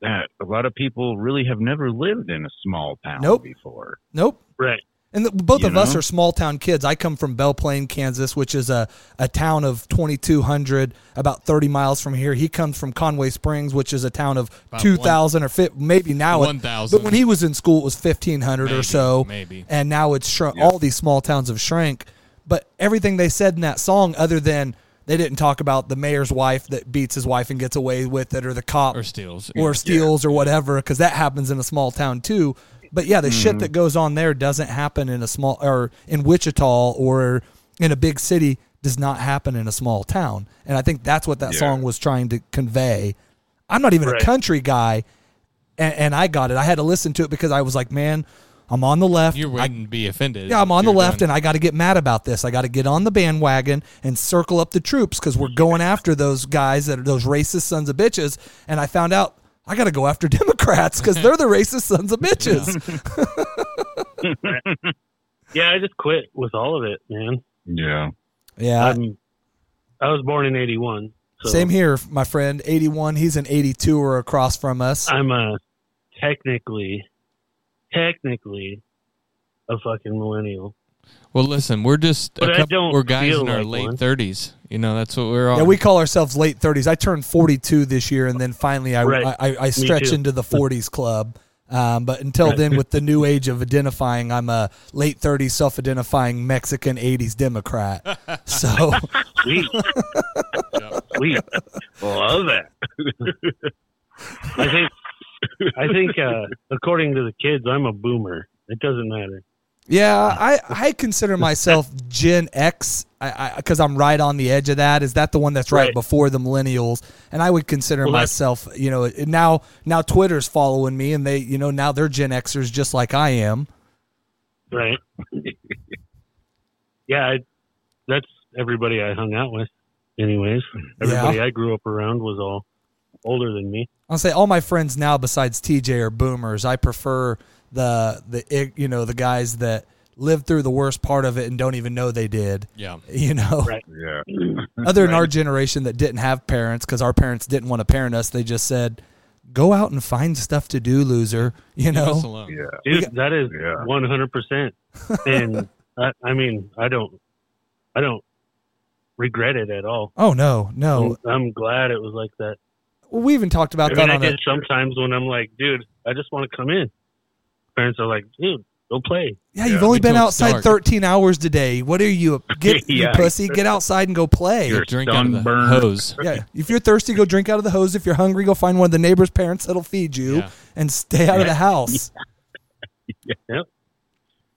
[SPEAKER 4] that a lot of people really have never lived in a small town
[SPEAKER 2] Nope.
[SPEAKER 4] before.
[SPEAKER 2] nope
[SPEAKER 3] Right.
[SPEAKER 2] and the, both
[SPEAKER 4] You
[SPEAKER 2] of us
[SPEAKER 4] know?
[SPEAKER 2] are small town kids i come from belle plaine kansas which is a, a town of 2200 about 30 miles from here he comes from conway springs which is a town of
[SPEAKER 5] About
[SPEAKER 2] 2000 or fi- maybe now it-
[SPEAKER 5] 1,000.
[SPEAKER 2] but when he was in school it was 1500 or
[SPEAKER 5] Maybe,
[SPEAKER 2] so
[SPEAKER 5] maybe.
[SPEAKER 2] and now it's shrunk. All these small towns have shrank, but everything they said in that song, other than they didn't talk about the mayor's wife that beats his wife and gets away with it, or the cop,
[SPEAKER 5] Or steals.
[SPEAKER 2] or steals, or whatever, because that happens in a small town too. But yeah, the shit that goes on there doesn't happen in a small or in Wichita or in a big city does not happen in a small town, and I think that's what that
[SPEAKER 4] Yeah.
[SPEAKER 2] song was trying to convey. I'm not even
[SPEAKER 3] Right.
[SPEAKER 2] a country guy, and, and I got it. I had to listen to it because I was like, man, I'm on the left.
[SPEAKER 5] You
[SPEAKER 2] I
[SPEAKER 5] wouldn't be offended.
[SPEAKER 2] yeah, I'm on the
[SPEAKER 5] You're
[SPEAKER 2] left,
[SPEAKER 5] done.
[SPEAKER 2] and I got to get mad about this. I got to get on the bandwagon and circle up the troops because we're going after those guys that are those racist sons of bitches. And I found out I got to go after Democrats because they're the racist sons of bitches.
[SPEAKER 3] Yeah, I just quit with all of it, man.
[SPEAKER 4] Yeah.
[SPEAKER 2] Yeah,
[SPEAKER 3] I'm, I was born in '81. So
[SPEAKER 2] Uh, same here, my friend. 81, he's an 82 or across from us.
[SPEAKER 3] I'm a technically, technically, a fucking millennial.
[SPEAKER 5] Well, listen, we're just
[SPEAKER 3] But I
[SPEAKER 5] a couple,
[SPEAKER 3] don't
[SPEAKER 5] we're guys
[SPEAKER 3] feel
[SPEAKER 5] in our
[SPEAKER 3] like
[SPEAKER 5] late
[SPEAKER 3] one.
[SPEAKER 5] 30s. You know, that's what we're all.
[SPEAKER 2] Yeah, we call ourselves late 30s. I turned 42 this year, and then finally I
[SPEAKER 3] Right.
[SPEAKER 2] I, I, I stretch
[SPEAKER 3] too.
[SPEAKER 2] into the 40s club. Um, but until then, with the new age of identifying, I'm a late 30s self-identifying Mexican 80s Democrat. So
[SPEAKER 3] Sweet. Sweet. Love it. I think I think uh, according to the kids, I'm a boomer. It doesn't matter.
[SPEAKER 2] yeah, I, I consider myself Gen X because I'm right on the edge of that. Is that the one that's right,
[SPEAKER 3] Right.
[SPEAKER 2] before the millennials? And I would consider
[SPEAKER 3] Well, that's-
[SPEAKER 2] myself, you know, now now Twitter's following me, and they, you know, now they're Gen Xers just like I am.
[SPEAKER 3] Right. yeah, I, that's everybody I hung out with. Anyways, everybody I grew up around was all older than me.
[SPEAKER 2] I'll say all my friends now, besides TJ, are boomers. I prefer the the ig- you know the guys that lived through the worst part of it and don't even know they did.
[SPEAKER 5] yeah.
[SPEAKER 2] You know,
[SPEAKER 3] Right.
[SPEAKER 4] Yeah.
[SPEAKER 2] other than our generation that didn't have parents because our parents didn't want to parent us. They just said, "Go out and find stuff to do, loser." You
[SPEAKER 5] Leave us
[SPEAKER 2] know,
[SPEAKER 5] alone.
[SPEAKER 4] Yeah.
[SPEAKER 3] Dude, that is
[SPEAKER 4] Yeah.
[SPEAKER 3] one hundred percent. And I, I mean, I don't, I don't regret it at all.
[SPEAKER 2] oh no, no.
[SPEAKER 3] I'm, I'm glad it was like that.
[SPEAKER 2] Well, we even talked about
[SPEAKER 3] I
[SPEAKER 2] that
[SPEAKER 3] mean, I
[SPEAKER 2] on
[SPEAKER 3] get
[SPEAKER 2] a
[SPEAKER 3] sometimes when I'm like, dude, I just want to come in. Parents are like, dude, go play.
[SPEAKER 2] yeah. You've
[SPEAKER 4] Yeah.
[SPEAKER 2] only
[SPEAKER 5] Until
[SPEAKER 2] been
[SPEAKER 5] it's
[SPEAKER 2] outside
[SPEAKER 5] dark.
[SPEAKER 2] thirteen hours today. What are you? Get you
[SPEAKER 4] Yeah.
[SPEAKER 2] pussy. Get outside and go play.
[SPEAKER 4] You're
[SPEAKER 5] Drink out of the
[SPEAKER 4] sunburned.
[SPEAKER 5] hose.
[SPEAKER 2] Yeah. If you're thirsty, go drink out of the hose. If you're hungry, go find one of the neighbor's parents that'll feed you
[SPEAKER 5] Yeah.
[SPEAKER 2] and stay out of the house.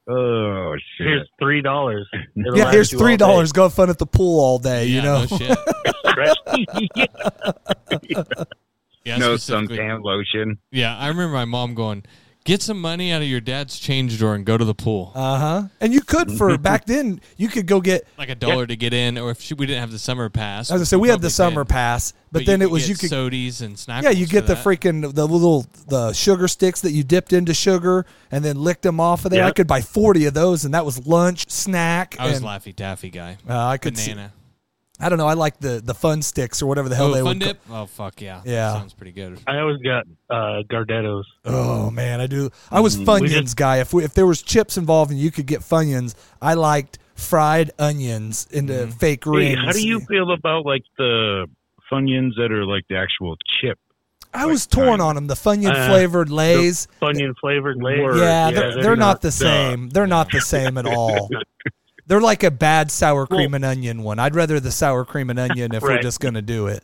[SPEAKER 4] Oh shit.
[SPEAKER 3] Here's three dollars.
[SPEAKER 2] Yeah, here's three dollars. Go have fun at the pool all day.
[SPEAKER 5] yeah,
[SPEAKER 2] you know.
[SPEAKER 5] No shit. Yeah,
[SPEAKER 4] no
[SPEAKER 5] specifically-
[SPEAKER 4] suntan lotion.
[SPEAKER 5] Yeah, I remember my mom going, "Get some money out of your dad's change drawer and go to the pool."
[SPEAKER 2] Uh huh. And you could for back then, you could go get.
[SPEAKER 5] like a dollar to get in, or if she, we didn't have the summer pass.
[SPEAKER 2] As I said, we had the summer pass, but, then it was you could.
[SPEAKER 5] sodies and snacks.
[SPEAKER 2] yeah, you get the freaking the little the sugar sticks that you dipped into sugar and then licked them off of there. I
[SPEAKER 3] Yep.
[SPEAKER 2] could buy forty of those, and that was lunch, snack.
[SPEAKER 5] I was
[SPEAKER 2] and,
[SPEAKER 5] Laffy Taffy guy.
[SPEAKER 2] uh, I could. See,
[SPEAKER 5] Banana.
[SPEAKER 2] I don't know. I like the the fun sticks or whatever the hell
[SPEAKER 5] Oh,
[SPEAKER 2] they would.
[SPEAKER 5] fun dip. Oh fuck yeah.
[SPEAKER 2] Yeah.
[SPEAKER 5] sounds pretty good.
[SPEAKER 3] I always got uh, Gardettos.
[SPEAKER 2] Oh man, I do. I was
[SPEAKER 3] Mm, We
[SPEAKER 2] Funyuns
[SPEAKER 3] just-
[SPEAKER 2] guy. If we, if there was chips involved and you could get Funyuns, I liked fried onions into
[SPEAKER 3] Mm.
[SPEAKER 2] fake
[SPEAKER 4] Hey,
[SPEAKER 2] rings.
[SPEAKER 4] how do you feel about like the funyuns that are like the actual chip?
[SPEAKER 2] I was
[SPEAKER 4] like,
[SPEAKER 2] torn
[SPEAKER 4] time?
[SPEAKER 2] on them. The Funyun
[SPEAKER 3] Uh,
[SPEAKER 2] flavored Lay's.
[SPEAKER 3] Funyun flavored lays.
[SPEAKER 4] Word.
[SPEAKER 2] Yeah, they're, they're, not, the same. They're not the same at all. They're like a bad sour cream and onion one. I'd rather the sour cream and onion if we're
[SPEAKER 3] Right.
[SPEAKER 2] just gonna do it.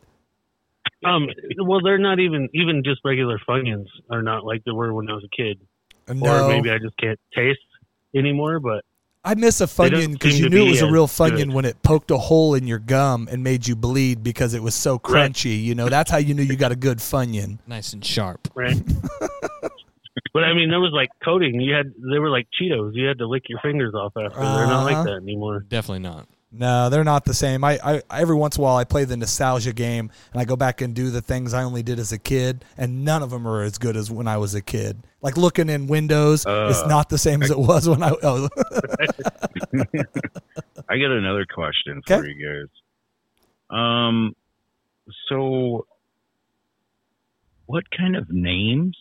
[SPEAKER 3] Um, well, they're not even even just regular Funyuns are not like they were when I was a kid,
[SPEAKER 2] No,
[SPEAKER 3] or maybe I just can't taste anymore. But
[SPEAKER 2] I miss a
[SPEAKER 3] They don't
[SPEAKER 2] Funyun because
[SPEAKER 3] seem
[SPEAKER 2] you
[SPEAKER 3] to
[SPEAKER 2] knew it
[SPEAKER 3] be
[SPEAKER 2] was a
[SPEAKER 3] as
[SPEAKER 2] real Funyun
[SPEAKER 3] good.
[SPEAKER 2] when it poked a hole in your gum and made you bleed because it was so
[SPEAKER 3] Right.
[SPEAKER 2] crunchy. You know, that's how you knew you got a good Funyun.
[SPEAKER 5] Nice and sharp.
[SPEAKER 3] right. but I mean, there was like coating. You had they were like Cheetos. You had to lick your fingers off after. They're
[SPEAKER 2] Uh-huh.
[SPEAKER 3] not like that anymore.
[SPEAKER 5] Definitely not.
[SPEAKER 2] No, they're not the same. I, I every once in a while I play the nostalgia game and I go back and do the things I only did as a kid, and none of them are as good as when I was a kid. Like looking in windows, it's
[SPEAKER 4] Uh,
[SPEAKER 2] not the same as it was when I. Oh,
[SPEAKER 4] I got another question for
[SPEAKER 2] Okay.
[SPEAKER 4] you guys. Um, so what kind of names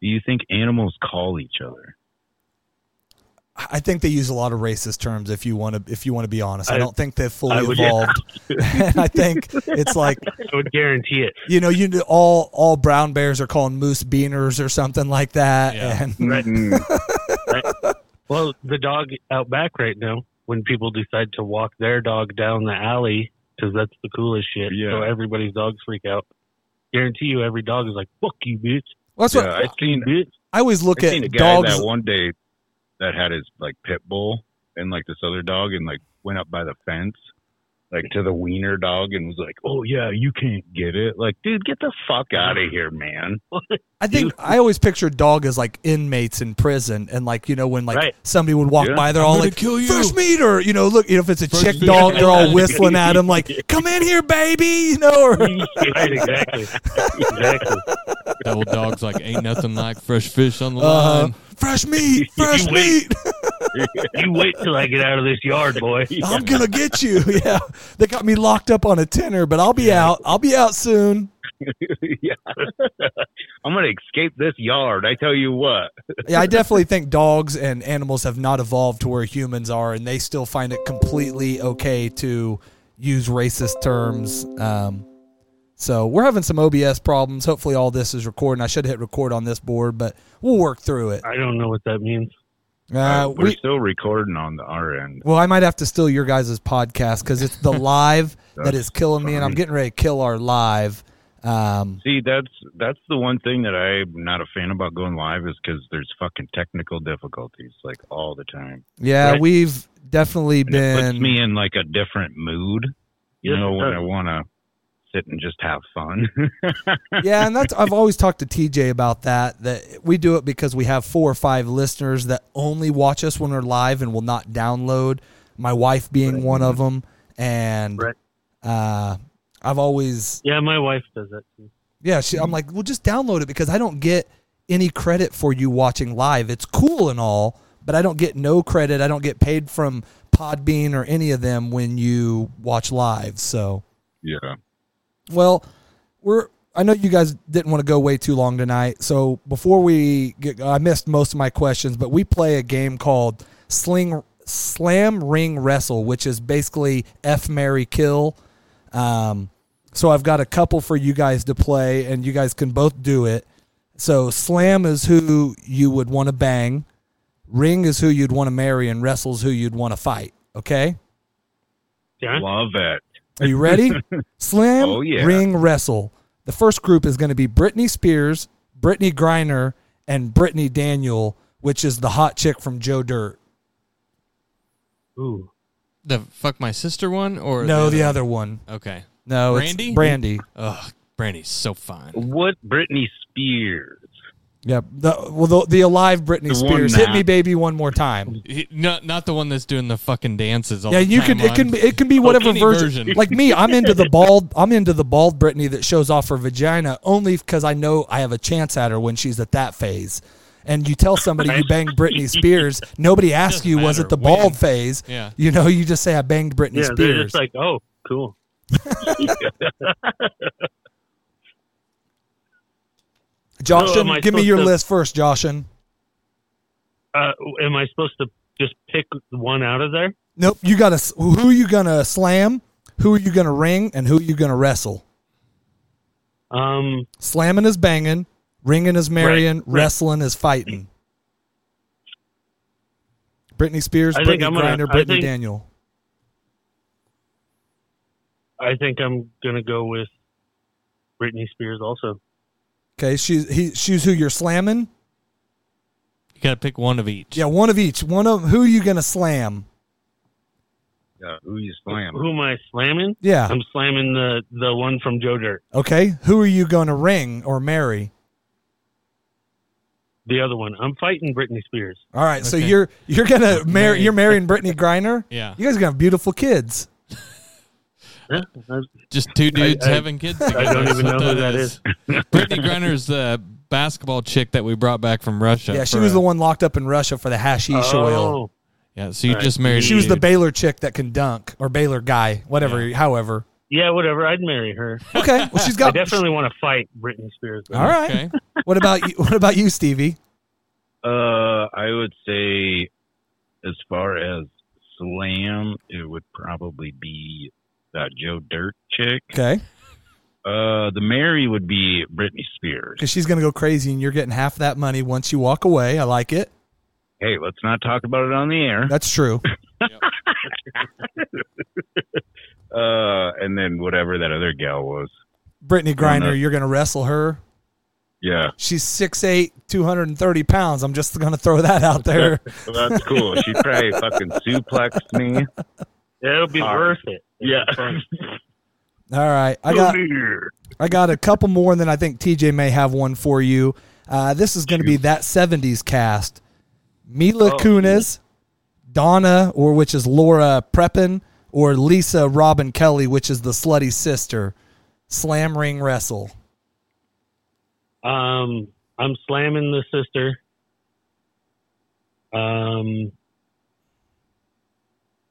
[SPEAKER 4] do you think animals call each other?
[SPEAKER 2] I think they use a lot of racist terms. If you want to, if you want to be honest, I,
[SPEAKER 3] I-
[SPEAKER 2] don't think they've fully
[SPEAKER 3] I would-
[SPEAKER 2] evolved. and I think it's like
[SPEAKER 3] I would guarantee it.
[SPEAKER 2] you know, you know, all all brown bears are calling moose beaners or something like that.
[SPEAKER 5] Yeah.
[SPEAKER 2] And
[SPEAKER 3] Right.
[SPEAKER 4] Mm,
[SPEAKER 3] Well, the dog out back right now. When people decide to walk their dog down the alley because that's the coolest shit.
[SPEAKER 4] Yeah.
[SPEAKER 3] So everybody's dogs freak out. Guarantee you, every dog is like, "Fuck you, bitch!
[SPEAKER 2] well, that's
[SPEAKER 4] yeah,
[SPEAKER 2] what
[SPEAKER 4] I seen
[SPEAKER 3] Bitch!"
[SPEAKER 2] I always look
[SPEAKER 4] I
[SPEAKER 2] at
[SPEAKER 4] seen a guy
[SPEAKER 2] dogs.
[SPEAKER 4] that one day that had his like pit bull and like this other dog and like went up by the fence like to the wiener dog and was like, "Oh yeah, you can't get it." Like, dude, get the fuck out of here, man.
[SPEAKER 2] I think I always picture dog as like inmates in prison, and like you know when like
[SPEAKER 3] Right.
[SPEAKER 2] somebody would walk
[SPEAKER 4] Yeah.
[SPEAKER 2] by, they're all
[SPEAKER 5] gonna
[SPEAKER 2] like
[SPEAKER 5] kill you.
[SPEAKER 2] fresh meat or you know look you know, if it's a
[SPEAKER 5] Fresh
[SPEAKER 2] chick
[SPEAKER 5] meat.
[SPEAKER 2] dog, they're all whistling at him like come in here, baby, you know. Or,
[SPEAKER 3] right, exactly, exactly.
[SPEAKER 5] That old dog's like ain't nothing like fresh fish on the
[SPEAKER 2] uh,
[SPEAKER 5] line.
[SPEAKER 2] fresh meat, fresh
[SPEAKER 3] You wait.
[SPEAKER 2] meat.
[SPEAKER 3] You wait till I get out of this yard, boy.
[SPEAKER 2] I'm gonna get you. Yeah, they got me locked up on a tenor, but I'll be out. I'll be out soon.
[SPEAKER 4] yeah. I'm going to escape this yard. I tell you what.
[SPEAKER 2] yeah, I definitely think dogs and animals have not evolved to where humans are, and they still find it completely okay to use racist terms. Um, so we're having some OBS problems. Hopefully, all this is recording. I should hit record on this board, but we'll work through it.
[SPEAKER 3] I don't know what that means.
[SPEAKER 2] Uh,
[SPEAKER 4] We're
[SPEAKER 2] we,
[SPEAKER 4] still recording on the our end.
[SPEAKER 2] well, I might have to steal your guys' podcast because it's the live that is killing me, and I'm
[SPEAKER 4] fine.
[SPEAKER 2] getting ready to kill our live. Um,
[SPEAKER 4] See, that's that's the one thing that I'm not a fan about going live is because there's fucking technical difficulties like all the time.
[SPEAKER 2] yeah,
[SPEAKER 3] Right.
[SPEAKER 2] we've definitely
[SPEAKER 4] And it puts
[SPEAKER 2] been.
[SPEAKER 4] me in like a different mood. You
[SPEAKER 3] Yes,
[SPEAKER 4] know,
[SPEAKER 3] it
[SPEAKER 4] when
[SPEAKER 3] does.
[SPEAKER 4] I want to sit and just have fun.
[SPEAKER 2] yeah, and that's I've always talked to TJ about that. That we do it because we have four or five listeners that only watch us when we're live and will not download. My wife being one of them, and
[SPEAKER 3] Right.
[SPEAKER 2] uh, I've always
[SPEAKER 3] Yeah, my wife does that too.
[SPEAKER 2] yeah. She, I'm like, well, just download it because I don't get any credit for you watching live. It's cool and all, but I don't get no credit. I don't get paid from Podbean or any of them when you watch live. So
[SPEAKER 4] yeah.
[SPEAKER 2] well, we're. I know you guys didn't want to go way too long tonight, so before we get, I missed most of my questions, but we play a game called Sling Slam Ring Wrestle, which is basically F Mary Kill. Um, so I've got a couple for you guys to play, and you guys can both do it. So Slam is who you would want to bang, Ring is who you'd want to marry, and Wrestle's who you'd want to fight. Okay,
[SPEAKER 3] Yeah,
[SPEAKER 4] Love it.
[SPEAKER 2] are you ready? Slam,
[SPEAKER 4] Oh, yeah.
[SPEAKER 2] ring, wrestle. The first group is going to be Brittany Spears, Brittany Griner, and Brittany Daniel, which is the hot chick from Joe Dirt.
[SPEAKER 3] ooh,
[SPEAKER 5] The fuck my sister one or
[SPEAKER 2] No, the other one.
[SPEAKER 5] one? Okay.
[SPEAKER 2] No,
[SPEAKER 5] Brandy?
[SPEAKER 2] it's Brandy.
[SPEAKER 5] Ugh, Brandy's so
[SPEAKER 2] Oh.
[SPEAKER 5] fine.
[SPEAKER 4] What Britney Spears?
[SPEAKER 2] Yep. The, well, the, the alive Britney
[SPEAKER 4] The one
[SPEAKER 2] Spears. Hit
[SPEAKER 4] that-
[SPEAKER 2] me, baby, one more time.
[SPEAKER 5] He- Not not the one that's doing the fucking dances all
[SPEAKER 2] Yeah,
[SPEAKER 5] the
[SPEAKER 2] you
[SPEAKER 5] time
[SPEAKER 2] can. It
[SPEAKER 5] on-
[SPEAKER 2] can. Be, it can be whatever
[SPEAKER 5] any
[SPEAKER 2] version.
[SPEAKER 5] version.
[SPEAKER 2] Like me, I'm into the bald. I'm into the bald Britney that shows off her vagina only because I know I have a chance at her when she's at that phase. And you tell somebody you banged Britney Spears, nobody asks
[SPEAKER 5] Doesn't
[SPEAKER 2] you was
[SPEAKER 5] matter
[SPEAKER 2] it the
[SPEAKER 5] when.
[SPEAKER 2] bald phase.
[SPEAKER 5] Yeah.
[SPEAKER 2] You know, you just say I banged Britney
[SPEAKER 3] yeah, they're
[SPEAKER 2] Spears.
[SPEAKER 3] just like, oh, cool. Oh, am
[SPEAKER 2] Joshin,
[SPEAKER 3] I
[SPEAKER 2] give me your
[SPEAKER 3] supposed to-
[SPEAKER 2] list first, Joshin.
[SPEAKER 3] Uh, am I supposed to just pick one out of there?
[SPEAKER 2] Nope, you got to who are you going to slam? Who are you going to ring and who are you going to wrestle?
[SPEAKER 3] Um,
[SPEAKER 2] Slamming is banging, ringing is marrying,
[SPEAKER 3] right.
[SPEAKER 2] wrestling is fighting. Britney Spears,
[SPEAKER 3] I think
[SPEAKER 2] Brittany
[SPEAKER 3] I'm gonna-
[SPEAKER 2] Griner,
[SPEAKER 3] I
[SPEAKER 2] Brittany
[SPEAKER 3] think-
[SPEAKER 2] Daniel.
[SPEAKER 3] I think I'm gonna go with Britney Spears also.
[SPEAKER 2] Okay, she's he, she's who you're slamming.
[SPEAKER 5] You got to pick one of each.
[SPEAKER 2] Yeah, one of each. One of who are you gonna slam?
[SPEAKER 4] Uh, who you slam?
[SPEAKER 3] Who am I slamming?
[SPEAKER 2] Yeah.
[SPEAKER 3] I'm slamming the the one from Joe Dirt,
[SPEAKER 2] Okay, who are you gonna ring or marry?
[SPEAKER 3] the other one. I'm fighting Britney Spears.
[SPEAKER 2] All right, so
[SPEAKER 5] Okay.
[SPEAKER 2] you're you're gonna marry
[SPEAKER 5] Marry.
[SPEAKER 2] you're marrying Brittany Griner.
[SPEAKER 5] Yeah.
[SPEAKER 2] you guys are gonna have beautiful kids.
[SPEAKER 3] Yeah, I,
[SPEAKER 5] Just two dudes
[SPEAKER 3] I-
[SPEAKER 5] having kids. Together.
[SPEAKER 3] don't
[SPEAKER 5] That's
[SPEAKER 3] even
[SPEAKER 5] what
[SPEAKER 3] know who that
[SPEAKER 5] Brittany Griner's the basketball chick that we brought back from Russia.
[SPEAKER 2] yeah, she
[SPEAKER 5] for
[SPEAKER 2] was
[SPEAKER 5] a-
[SPEAKER 2] the one locked up in Russia for the hashish oil.
[SPEAKER 3] oh,
[SPEAKER 5] Yeah, so you
[SPEAKER 3] Right.
[SPEAKER 5] just married.
[SPEAKER 2] She
[SPEAKER 5] a
[SPEAKER 2] was the
[SPEAKER 5] dude.
[SPEAKER 2] Baylor chick that can dunk or Baylor guy, whatever. However,
[SPEAKER 3] yeah, whatever. I'd marry her.
[SPEAKER 2] okay. Well, she's
[SPEAKER 3] I
[SPEAKER 2] got.
[SPEAKER 3] definitely want to fight Britney Spears. though.
[SPEAKER 2] All right.
[SPEAKER 5] Okay.
[SPEAKER 2] What about you? What about you, Stevie?
[SPEAKER 4] Uh, I would say, as far as slam, it would probably be that Joe Dirt chick.
[SPEAKER 2] Okay,
[SPEAKER 4] Uh, the Mary would be Britney Spears.
[SPEAKER 2] because she's gonna go crazy, and you're getting half that money once you walk away. I like it.
[SPEAKER 4] Hey, let's not talk about it on the air.
[SPEAKER 2] That's true.
[SPEAKER 4] Uh, and then whatever that other gal was.
[SPEAKER 2] Brittany
[SPEAKER 4] Fair enough.
[SPEAKER 2] Griner, you're gonna wrestle her.
[SPEAKER 4] Yeah,
[SPEAKER 2] She's 6'8", 230 pounds. I'm just gonna throw that out there.
[SPEAKER 4] well, that's cool. She probably fucking suplexed me.
[SPEAKER 3] It'll be
[SPEAKER 4] All right.
[SPEAKER 3] worth it.
[SPEAKER 4] Yeah.
[SPEAKER 2] All right, I got I got a couple more, and then I think TJ may have one for you. Uh, this is going to be that '70s cast: Mila
[SPEAKER 3] Oh,
[SPEAKER 2] Kunis, Donna, or which is Laura Prepon, or Lisa Robin Kelly, which is the slutty sister. Slam ring wrestle.
[SPEAKER 3] Um, I'm slamming the sister. Um,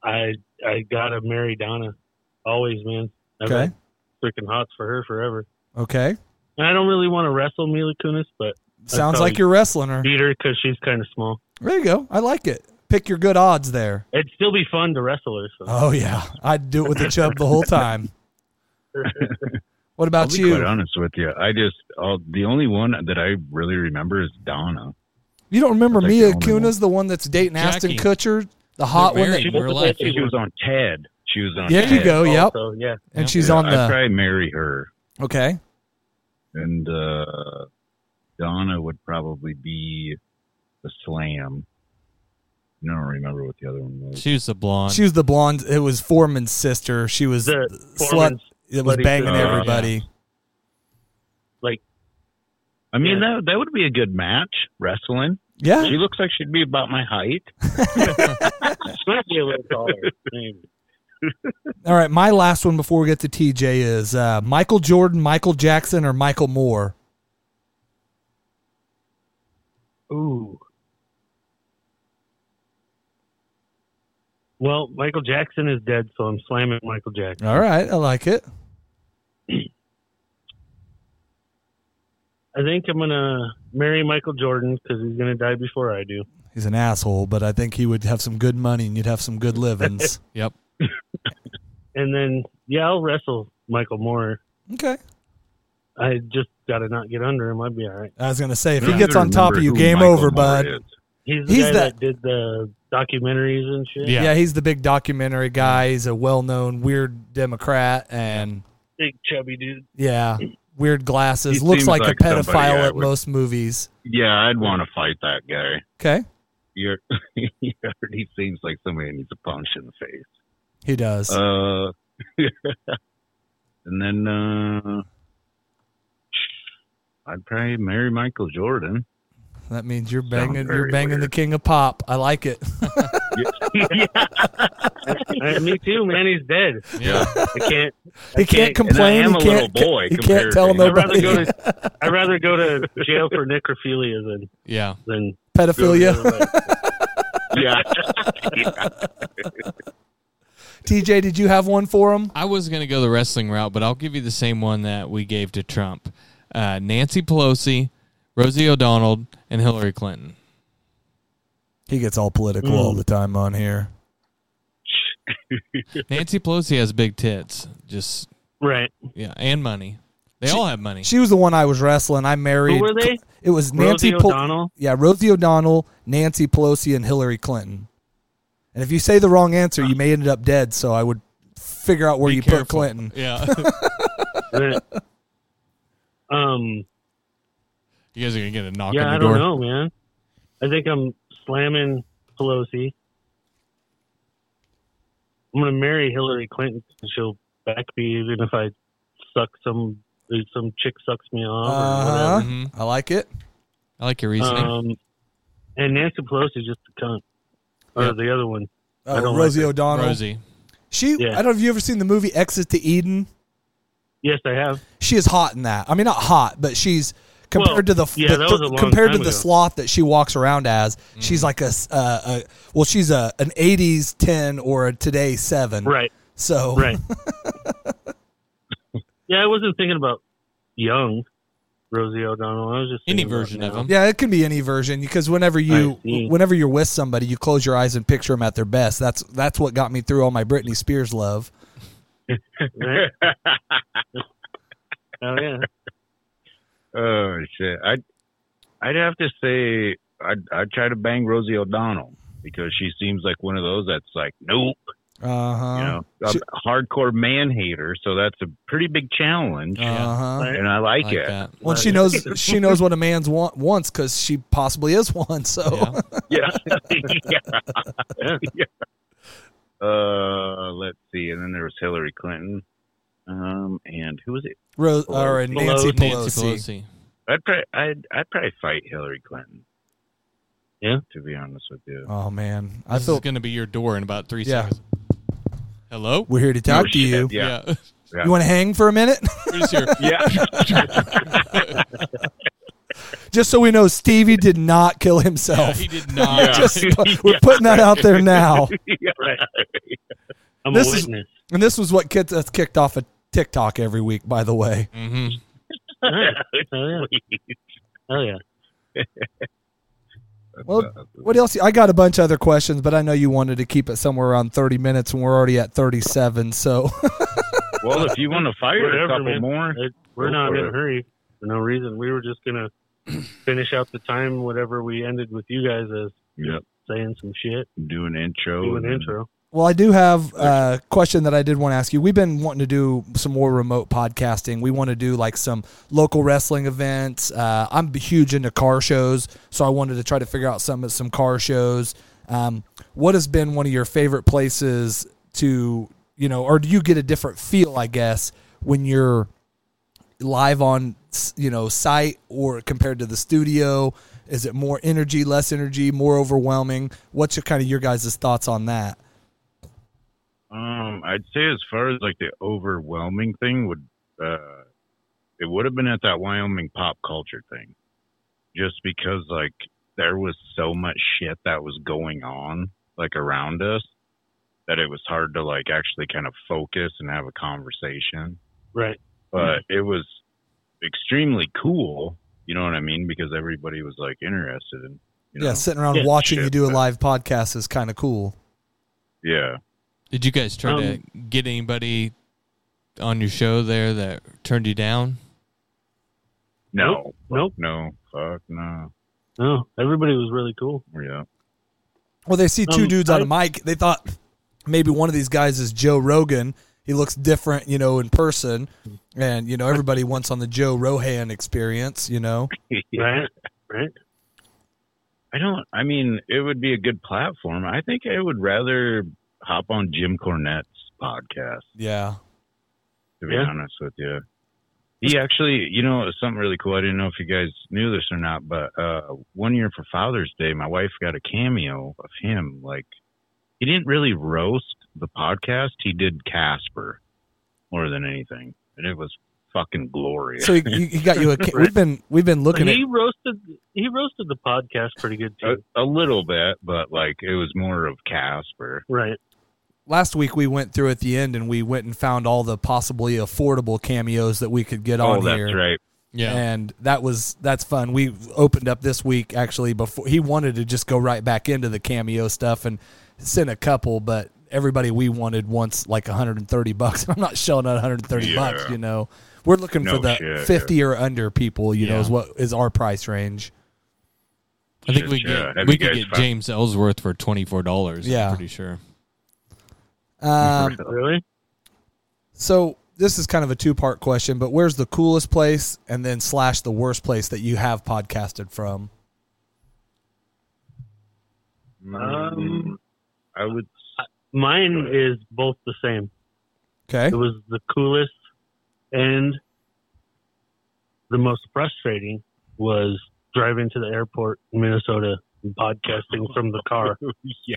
[SPEAKER 3] I I gotta marry Donna, always, man. I've
[SPEAKER 2] Okay.
[SPEAKER 3] had freaking hots for her forever.
[SPEAKER 2] Okay,
[SPEAKER 3] And I don't really want to wrestle Mila Kunis, but
[SPEAKER 2] sounds
[SPEAKER 3] how
[SPEAKER 2] like
[SPEAKER 3] you-
[SPEAKER 2] you're wrestling her.
[SPEAKER 3] beat her because she's kind of small.
[SPEAKER 2] There you go. I like it. Pick your good odds there.
[SPEAKER 3] It'd still be fun to wrestle her. So.
[SPEAKER 2] Oh yeah, I'd do it with the chub the whole time. What
[SPEAKER 4] I'll
[SPEAKER 2] about
[SPEAKER 4] be
[SPEAKER 2] you?
[SPEAKER 4] quite honest with you. I just all, the only one that I really remember is Donna.
[SPEAKER 2] You don't remember
[SPEAKER 4] I'll take
[SPEAKER 2] Mia
[SPEAKER 4] the only one.
[SPEAKER 2] Kunis, the one that's dating
[SPEAKER 5] Jackie.
[SPEAKER 2] Aston Kutcher, the hot one?
[SPEAKER 5] They're
[SPEAKER 2] That,
[SPEAKER 5] married in real life.
[SPEAKER 4] She was on Ted. She was on.
[SPEAKER 2] there
[SPEAKER 4] Ted.
[SPEAKER 2] you go. Oh, Yep.
[SPEAKER 3] So yeah,
[SPEAKER 2] And
[SPEAKER 5] Yeah.
[SPEAKER 2] she's
[SPEAKER 4] Yeah,
[SPEAKER 2] on
[SPEAKER 4] I'd
[SPEAKER 2] the.
[SPEAKER 4] probably marry her,
[SPEAKER 2] Okay.
[SPEAKER 4] and uh, Donna would probably be the slam. I don't remember what the other one was.
[SPEAKER 5] She was the blonde.
[SPEAKER 2] She was the blonde. It was Foreman's sister. She was
[SPEAKER 3] the
[SPEAKER 2] slut.
[SPEAKER 3] Foreman's-
[SPEAKER 2] It was
[SPEAKER 3] bloody
[SPEAKER 2] banging
[SPEAKER 4] sister.
[SPEAKER 2] everybody.
[SPEAKER 5] Oh,
[SPEAKER 4] I mean, that that would be a good match wrestling.
[SPEAKER 2] Yeah.
[SPEAKER 4] She looks like she'd be about my height.
[SPEAKER 3] she might be a little taller. Maybe.
[SPEAKER 2] All right. My last one before we get to TJ is uh, Michael Jordan, Michael Jackson, or Michael Moore.
[SPEAKER 3] Ooh. Well, Michael Jackson is dead, so I'm slamming Michael Jackson.
[SPEAKER 2] All right. I like it.
[SPEAKER 3] I think I'm gonna marry Michael Jordan because he's gonna die before I do.
[SPEAKER 2] He's an asshole, but I think he would have some good money and you'd have some good livings.
[SPEAKER 5] yep.
[SPEAKER 3] And then, yeah, I'll wrestle Michael Moore.
[SPEAKER 2] okay.
[SPEAKER 3] I just gotta not get under him. I'd be all right.
[SPEAKER 2] I was going to say, if
[SPEAKER 4] I
[SPEAKER 2] he
[SPEAKER 4] don't
[SPEAKER 2] gets
[SPEAKER 4] even
[SPEAKER 2] on top of
[SPEAKER 4] remember
[SPEAKER 2] you,
[SPEAKER 4] who
[SPEAKER 2] game
[SPEAKER 4] Michael
[SPEAKER 2] over,
[SPEAKER 4] Moore
[SPEAKER 2] bud.
[SPEAKER 4] is.
[SPEAKER 3] He's the
[SPEAKER 2] He's
[SPEAKER 3] guy
[SPEAKER 2] the-
[SPEAKER 3] that did the documentaries and shit.
[SPEAKER 5] Yeah.
[SPEAKER 2] Yeah. he's the big documentary guy. He's a well-known weird Democrat, and
[SPEAKER 3] Big chubby dude.
[SPEAKER 2] yeah, weird glasses.
[SPEAKER 4] He
[SPEAKER 2] Looks
[SPEAKER 4] seems
[SPEAKER 2] like,
[SPEAKER 4] like
[SPEAKER 2] a
[SPEAKER 4] somebody
[SPEAKER 2] pedophile
[SPEAKER 4] I
[SPEAKER 2] at
[SPEAKER 4] would-
[SPEAKER 2] most movies.
[SPEAKER 4] Yeah, I'd want to fight that guy.
[SPEAKER 2] Okay,
[SPEAKER 4] You're, he already seems like somebody who needs a punch in the face.
[SPEAKER 2] he does.
[SPEAKER 4] Uh, and then uh, I'd probably marry Michael Jordan.
[SPEAKER 2] that means you're banging. You're
[SPEAKER 4] very
[SPEAKER 2] banging the
[SPEAKER 4] weird.
[SPEAKER 2] king of pop. I like it.
[SPEAKER 3] Uh, me too, man. He's dead.
[SPEAKER 5] Yeah.
[SPEAKER 3] I can't.
[SPEAKER 2] he can't complain.
[SPEAKER 4] am
[SPEAKER 2] he
[SPEAKER 4] a
[SPEAKER 2] can't,
[SPEAKER 4] little boy
[SPEAKER 2] He can't
[SPEAKER 4] compared
[SPEAKER 2] tell
[SPEAKER 4] to him.
[SPEAKER 3] I'd rather
[SPEAKER 2] nobody
[SPEAKER 3] go to. I'd rather go to jail for necrophilia than
[SPEAKER 5] Yeah.
[SPEAKER 3] than go to
[SPEAKER 2] pedophilia.
[SPEAKER 3] the other way.
[SPEAKER 4] yeah.
[SPEAKER 2] TJ, did you have one for him?
[SPEAKER 5] I was going to go the wrestling route, but I'll give you the same one that we gave to Trump. Uh, Nancy Pelosi, Rosie O'Donnell, and Hillary Clinton.
[SPEAKER 2] He gets all political all the time on here.
[SPEAKER 5] Nancy Pelosi has big tits. Just
[SPEAKER 3] Right.
[SPEAKER 5] yeah, and money. They all have money.
[SPEAKER 2] She was the one I was wrestling. I married.
[SPEAKER 3] Who were they?
[SPEAKER 2] It was Nancy
[SPEAKER 3] Rosie
[SPEAKER 2] Pel-
[SPEAKER 3] O'Donnell.
[SPEAKER 2] Yeah, Rosie O'Donnell, Nancy Pelosi, and Hillary Clinton. And if you say the wrong answer, you may end up dead. So I would figure out where
[SPEAKER 5] Be
[SPEAKER 2] you put
[SPEAKER 5] careful.
[SPEAKER 2] Clinton.
[SPEAKER 5] Yeah.
[SPEAKER 3] Right.
[SPEAKER 5] You guys are gonna get a knock
[SPEAKER 3] Um, yeah,
[SPEAKER 5] on
[SPEAKER 3] I
[SPEAKER 5] the
[SPEAKER 3] don't
[SPEAKER 5] door.
[SPEAKER 3] know, man. I think I'm slamming Pelosi. I'm gonna marry Hillary Clinton. And she'll back me even if I suck some if some chick sucks me off
[SPEAKER 2] Uh-huh.
[SPEAKER 5] Mhm.
[SPEAKER 2] I like it.
[SPEAKER 5] I like your
[SPEAKER 3] or whatever.
[SPEAKER 5] reasoning.
[SPEAKER 3] Um, and Nancy Pelosi's just a cunt, or
[SPEAKER 5] Yeah.
[SPEAKER 3] the other one. I
[SPEAKER 2] Uh,
[SPEAKER 3] don't
[SPEAKER 2] Rosie
[SPEAKER 3] like
[SPEAKER 2] O'Donnell.
[SPEAKER 5] Rosie.
[SPEAKER 2] She.
[SPEAKER 3] Yeah.
[SPEAKER 2] I don't know if you ever seen the movie Exit to Eden.
[SPEAKER 3] Yes, I have.
[SPEAKER 2] She is hot in that. I mean, not hot, but she's compared
[SPEAKER 3] Well,
[SPEAKER 2] to the,
[SPEAKER 3] yeah, that was a
[SPEAKER 2] the
[SPEAKER 3] long
[SPEAKER 2] compared to
[SPEAKER 3] time
[SPEAKER 2] the
[SPEAKER 3] ago.
[SPEAKER 2] sloth that she walks around as.
[SPEAKER 5] Mm-hmm.
[SPEAKER 2] She's like a, s- uh, a well, she's a an '80s ten or a today
[SPEAKER 5] Mm.
[SPEAKER 2] seven.
[SPEAKER 3] Right,
[SPEAKER 5] Oh.
[SPEAKER 2] So
[SPEAKER 3] right. yeah, I wasn't thinking about young Rosie O'Donnell. I was just
[SPEAKER 5] Any
[SPEAKER 3] thinking about
[SPEAKER 5] version of
[SPEAKER 3] now.
[SPEAKER 5] them.
[SPEAKER 2] Yeah, it can be any version because whenever you
[SPEAKER 3] I see.
[SPEAKER 2] whenever you're with somebody, you close your eyes and picture them at their best. That's that's what got me through all my Britney Spears love.
[SPEAKER 3] Right? oh yeah.
[SPEAKER 4] Oh shit! I'd I'd have to say I'd I'd try to bang Rosie O'Donnell because she seems like one of those that's like nope,
[SPEAKER 2] Uh huh.
[SPEAKER 4] you know, a
[SPEAKER 2] she-
[SPEAKER 4] hardcore man hater. So that's a pretty big challenge,
[SPEAKER 2] Uh huh.
[SPEAKER 3] Right.
[SPEAKER 4] and I like,
[SPEAKER 5] I like
[SPEAKER 4] it.
[SPEAKER 5] that.
[SPEAKER 2] Well, she knows she knows what a man's want wants because she possibly is one.
[SPEAKER 4] Oh,
[SPEAKER 2] So
[SPEAKER 5] Yeah.
[SPEAKER 4] Yeah. yeah. yeah. Uh, let's see. And then there was Hillary Clinton. Um, and who was it?
[SPEAKER 2] Rose or
[SPEAKER 4] Pelosi.
[SPEAKER 2] Nancy Pelosi.
[SPEAKER 5] Nancy Pelosi.
[SPEAKER 4] I'd probably, I'd, I'd probably fight Hillary Clinton.
[SPEAKER 3] Yeah?
[SPEAKER 4] To be honest with you.
[SPEAKER 2] Oh man, I
[SPEAKER 5] This is
[SPEAKER 2] feel
[SPEAKER 5] going to be your door in about three
[SPEAKER 2] Yeah.
[SPEAKER 5] seconds. Hello?
[SPEAKER 2] we're here to talk
[SPEAKER 4] Oh,
[SPEAKER 2] to
[SPEAKER 4] shit,
[SPEAKER 2] you.
[SPEAKER 4] Yeah.
[SPEAKER 2] You want to hang for a minute,
[SPEAKER 5] We're just here.
[SPEAKER 4] Yeah.
[SPEAKER 2] just so we know Stevie did not kill
[SPEAKER 5] Yeah,
[SPEAKER 2] himself.
[SPEAKER 5] he did not.
[SPEAKER 2] Just- we're putting that out there now.
[SPEAKER 4] yeah.
[SPEAKER 3] Right. I'm
[SPEAKER 2] This
[SPEAKER 3] a
[SPEAKER 2] is-
[SPEAKER 3] witness.
[SPEAKER 2] And this was what gets us kicked off of TikTok every week. By the way,
[SPEAKER 5] hmm
[SPEAKER 3] Oh, yeah. Oh, yeah. Oh, yeah.
[SPEAKER 2] Well, What else? I got a bunch of other questions, but I know you wanted to keep it somewhere around 30 minutes, and we're already at 37. So,
[SPEAKER 4] well, if you want to fire
[SPEAKER 3] Whatever,
[SPEAKER 4] a couple
[SPEAKER 3] man.
[SPEAKER 4] more,
[SPEAKER 3] It- we're
[SPEAKER 4] Go
[SPEAKER 3] not
[SPEAKER 4] for
[SPEAKER 3] in a
[SPEAKER 4] it.
[SPEAKER 3] hurry for no reason. We were just going to finish out the time, whatever we ended with you guys as
[SPEAKER 4] yep.
[SPEAKER 3] saying some shit,
[SPEAKER 4] Do an intro.
[SPEAKER 3] do an
[SPEAKER 4] and then-
[SPEAKER 3] intro.
[SPEAKER 2] well, I do have a question that I did want to ask you. We've been wanting to do some more remote podcasting. We want to do like some local wrestling events. Uh, I'm huge into car shows, so I wanted to try to figure out some some car shows. Um, what has been one of your favorite places to you know, or do you get a different feel? I guess when you're live on you know site or compared to the studio is it more energy less energy more overwhelming what's your kind of your guys' thoughts on that
[SPEAKER 4] Um, I'd say as far as like the overwhelming thing would, uh, it would have been at that Wyoming pop culture thing, just because like there was so much shit that was going on like around us that it was hard to like actually kind of focus and have a conversation.
[SPEAKER 3] Right.
[SPEAKER 4] But
[SPEAKER 3] Mm-hmm.
[SPEAKER 4] it was extremely cool, you know what I mean? Because everybody was like interested in, you know,
[SPEAKER 2] yeah sitting around
[SPEAKER 3] Yeah,
[SPEAKER 2] watching
[SPEAKER 4] shit,
[SPEAKER 2] you do a
[SPEAKER 4] but-
[SPEAKER 2] live podcast is kind of cool
[SPEAKER 4] yeah.
[SPEAKER 5] Did you guys try to
[SPEAKER 4] Um,
[SPEAKER 5] get anybody on your show there that turned you down?
[SPEAKER 4] No,
[SPEAKER 3] Nope.
[SPEAKER 4] no, fuck no,
[SPEAKER 3] No, everybody was really cool.
[SPEAKER 4] yeah.
[SPEAKER 2] well they see two
[SPEAKER 3] Um,
[SPEAKER 2] dudes on a
[SPEAKER 3] I-
[SPEAKER 2] mic they thought maybe one of these guys is joe rogan he looks different you know in person and you know everybody wants on the joe rohan experience you know
[SPEAKER 3] Right. Right.
[SPEAKER 4] I don't. I mean, it would be a good platform. I think I would rather hop on Jim Cornette's podcast.
[SPEAKER 2] yeah
[SPEAKER 4] To be
[SPEAKER 3] Yeah.
[SPEAKER 4] honest with you, he actually, you know, something really cool. I didn't know if you guys knew this or not, but uh, one year for Father's Day, my wife got a cameo of him. Like, he didn't really roast the podcast. He did Casper more than anything, and it was fucking glorious.
[SPEAKER 2] so he, he he got you a ca- we've been we've been looking at
[SPEAKER 3] he roasted he roasted the podcast pretty good
[SPEAKER 4] a,
[SPEAKER 3] too.
[SPEAKER 4] a little bit, but like it was more of Casper.
[SPEAKER 3] right.
[SPEAKER 2] last week we went through at the end and we went and found all the possibly affordable cameos that we could get
[SPEAKER 4] Oh,
[SPEAKER 2] on
[SPEAKER 4] that's
[SPEAKER 2] here.
[SPEAKER 4] right.
[SPEAKER 5] Yeah.
[SPEAKER 2] And that was that's fun. We opened up this week actually before he wanted to just go right back into the cameo stuff and send a couple, but everybody we wanted wants like 130 bucks. I'm not shelling out 130
[SPEAKER 4] Yeah.
[SPEAKER 2] bucks, you know. We're looking for
[SPEAKER 4] No
[SPEAKER 2] the
[SPEAKER 4] shit,
[SPEAKER 2] 50 or under people, you know,
[SPEAKER 5] Yeah.
[SPEAKER 2] is what is our price range.
[SPEAKER 5] I think we
[SPEAKER 4] Shit, yeah.
[SPEAKER 5] get,
[SPEAKER 4] Have
[SPEAKER 5] we
[SPEAKER 4] you
[SPEAKER 5] could
[SPEAKER 4] guys
[SPEAKER 5] get
[SPEAKER 4] found-
[SPEAKER 5] James Ellsworth for twenty four dollars.
[SPEAKER 2] Yeah.
[SPEAKER 5] I'm pretty sure.
[SPEAKER 2] Um,
[SPEAKER 3] Really?
[SPEAKER 2] So this is kind of a two part question, but where's the coolest place and then slash the worst place that you have podcasted from?
[SPEAKER 3] Um,
[SPEAKER 4] I would.
[SPEAKER 3] Mine is both the same.
[SPEAKER 2] Okay.
[SPEAKER 3] It was the coolest and the most frustrating was driving to the airport in Minnesota and podcasting from the car.
[SPEAKER 4] Yeah.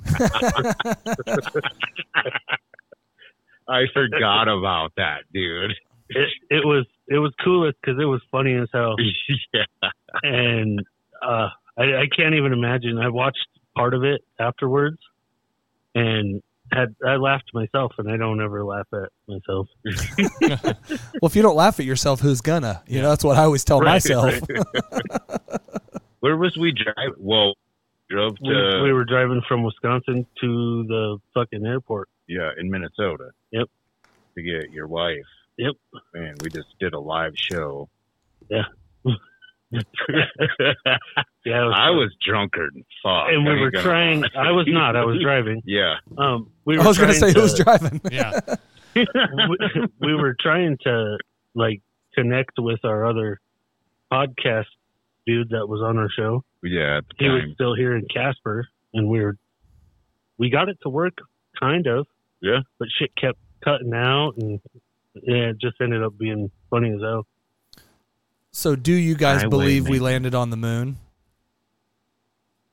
[SPEAKER 4] I forgot about that, dude.
[SPEAKER 3] It, it was it was coolest because it was funny as hell,
[SPEAKER 4] yeah.
[SPEAKER 3] and uh, I, I can't even imagine. I watched part of it afterwards, and had I laughed myself, and I don't ever laugh at myself.
[SPEAKER 2] well, if you don't laugh at yourself, who's gonna? You know, that's what I always tell
[SPEAKER 3] Right,
[SPEAKER 2] Oh, myself.
[SPEAKER 4] Where was we driving? Well, drove to
[SPEAKER 3] We, we were driving from Wisconsin to the fucking airport.
[SPEAKER 4] yeah in Minnesota.
[SPEAKER 3] Yep.
[SPEAKER 4] To get your wife.
[SPEAKER 3] Yep.
[SPEAKER 4] Man, we just did a live show.
[SPEAKER 3] Yeah, it was
[SPEAKER 4] I was drunkard. and Fuck.
[SPEAKER 3] and
[SPEAKER 4] I
[SPEAKER 3] we
[SPEAKER 4] ain't
[SPEAKER 3] were
[SPEAKER 4] gonna-
[SPEAKER 3] trying. I was not. I was driving.
[SPEAKER 4] Yeah.
[SPEAKER 3] Um, we were
[SPEAKER 2] I was gonna
[SPEAKER 3] trying
[SPEAKER 2] say who's driving.
[SPEAKER 5] Yeah.
[SPEAKER 3] we, we were trying to like connect with our other podcast dude that was on our show.
[SPEAKER 4] Yeah. At the
[SPEAKER 3] He was
[SPEAKER 4] time.
[SPEAKER 3] still here in Casper, and we were we got it to work, kind of.
[SPEAKER 4] Yeah.
[SPEAKER 3] But shit kept cutting out, and yeah, it just ended up being funny as hell.
[SPEAKER 2] So, do you guys
[SPEAKER 4] Highway
[SPEAKER 2] believe we
[SPEAKER 4] man.
[SPEAKER 2] landed on the moon?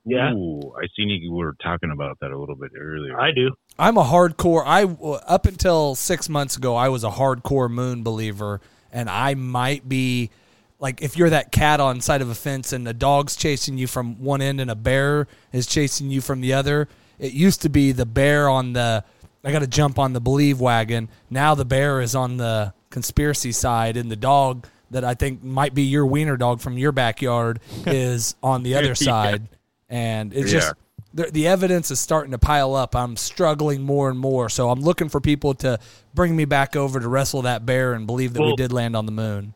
[SPEAKER 3] Yeah.
[SPEAKER 4] Ooh, I seen you were talking about that a little bit earlier.
[SPEAKER 3] I do.
[SPEAKER 2] I'm a hardcore. I up until six months ago, I was a hardcore moon believer, and I might be like if you're that cat on side of a fence and a dog's chasing you from one end and a bear is chasing you from the other. It used to be the bear on the I got to jump on the believe wagon. Now the bear is on the conspiracy side, and the dog that I think might be your wiener dog from your backyard is on the other side, and it's
[SPEAKER 4] Yeah.
[SPEAKER 2] just the, the evidence is starting to pile up. I'm struggling more and more. So I'm looking for people to bring me back over to wrestle that bear and believe that we
[SPEAKER 3] Well-
[SPEAKER 2] did land on the moon.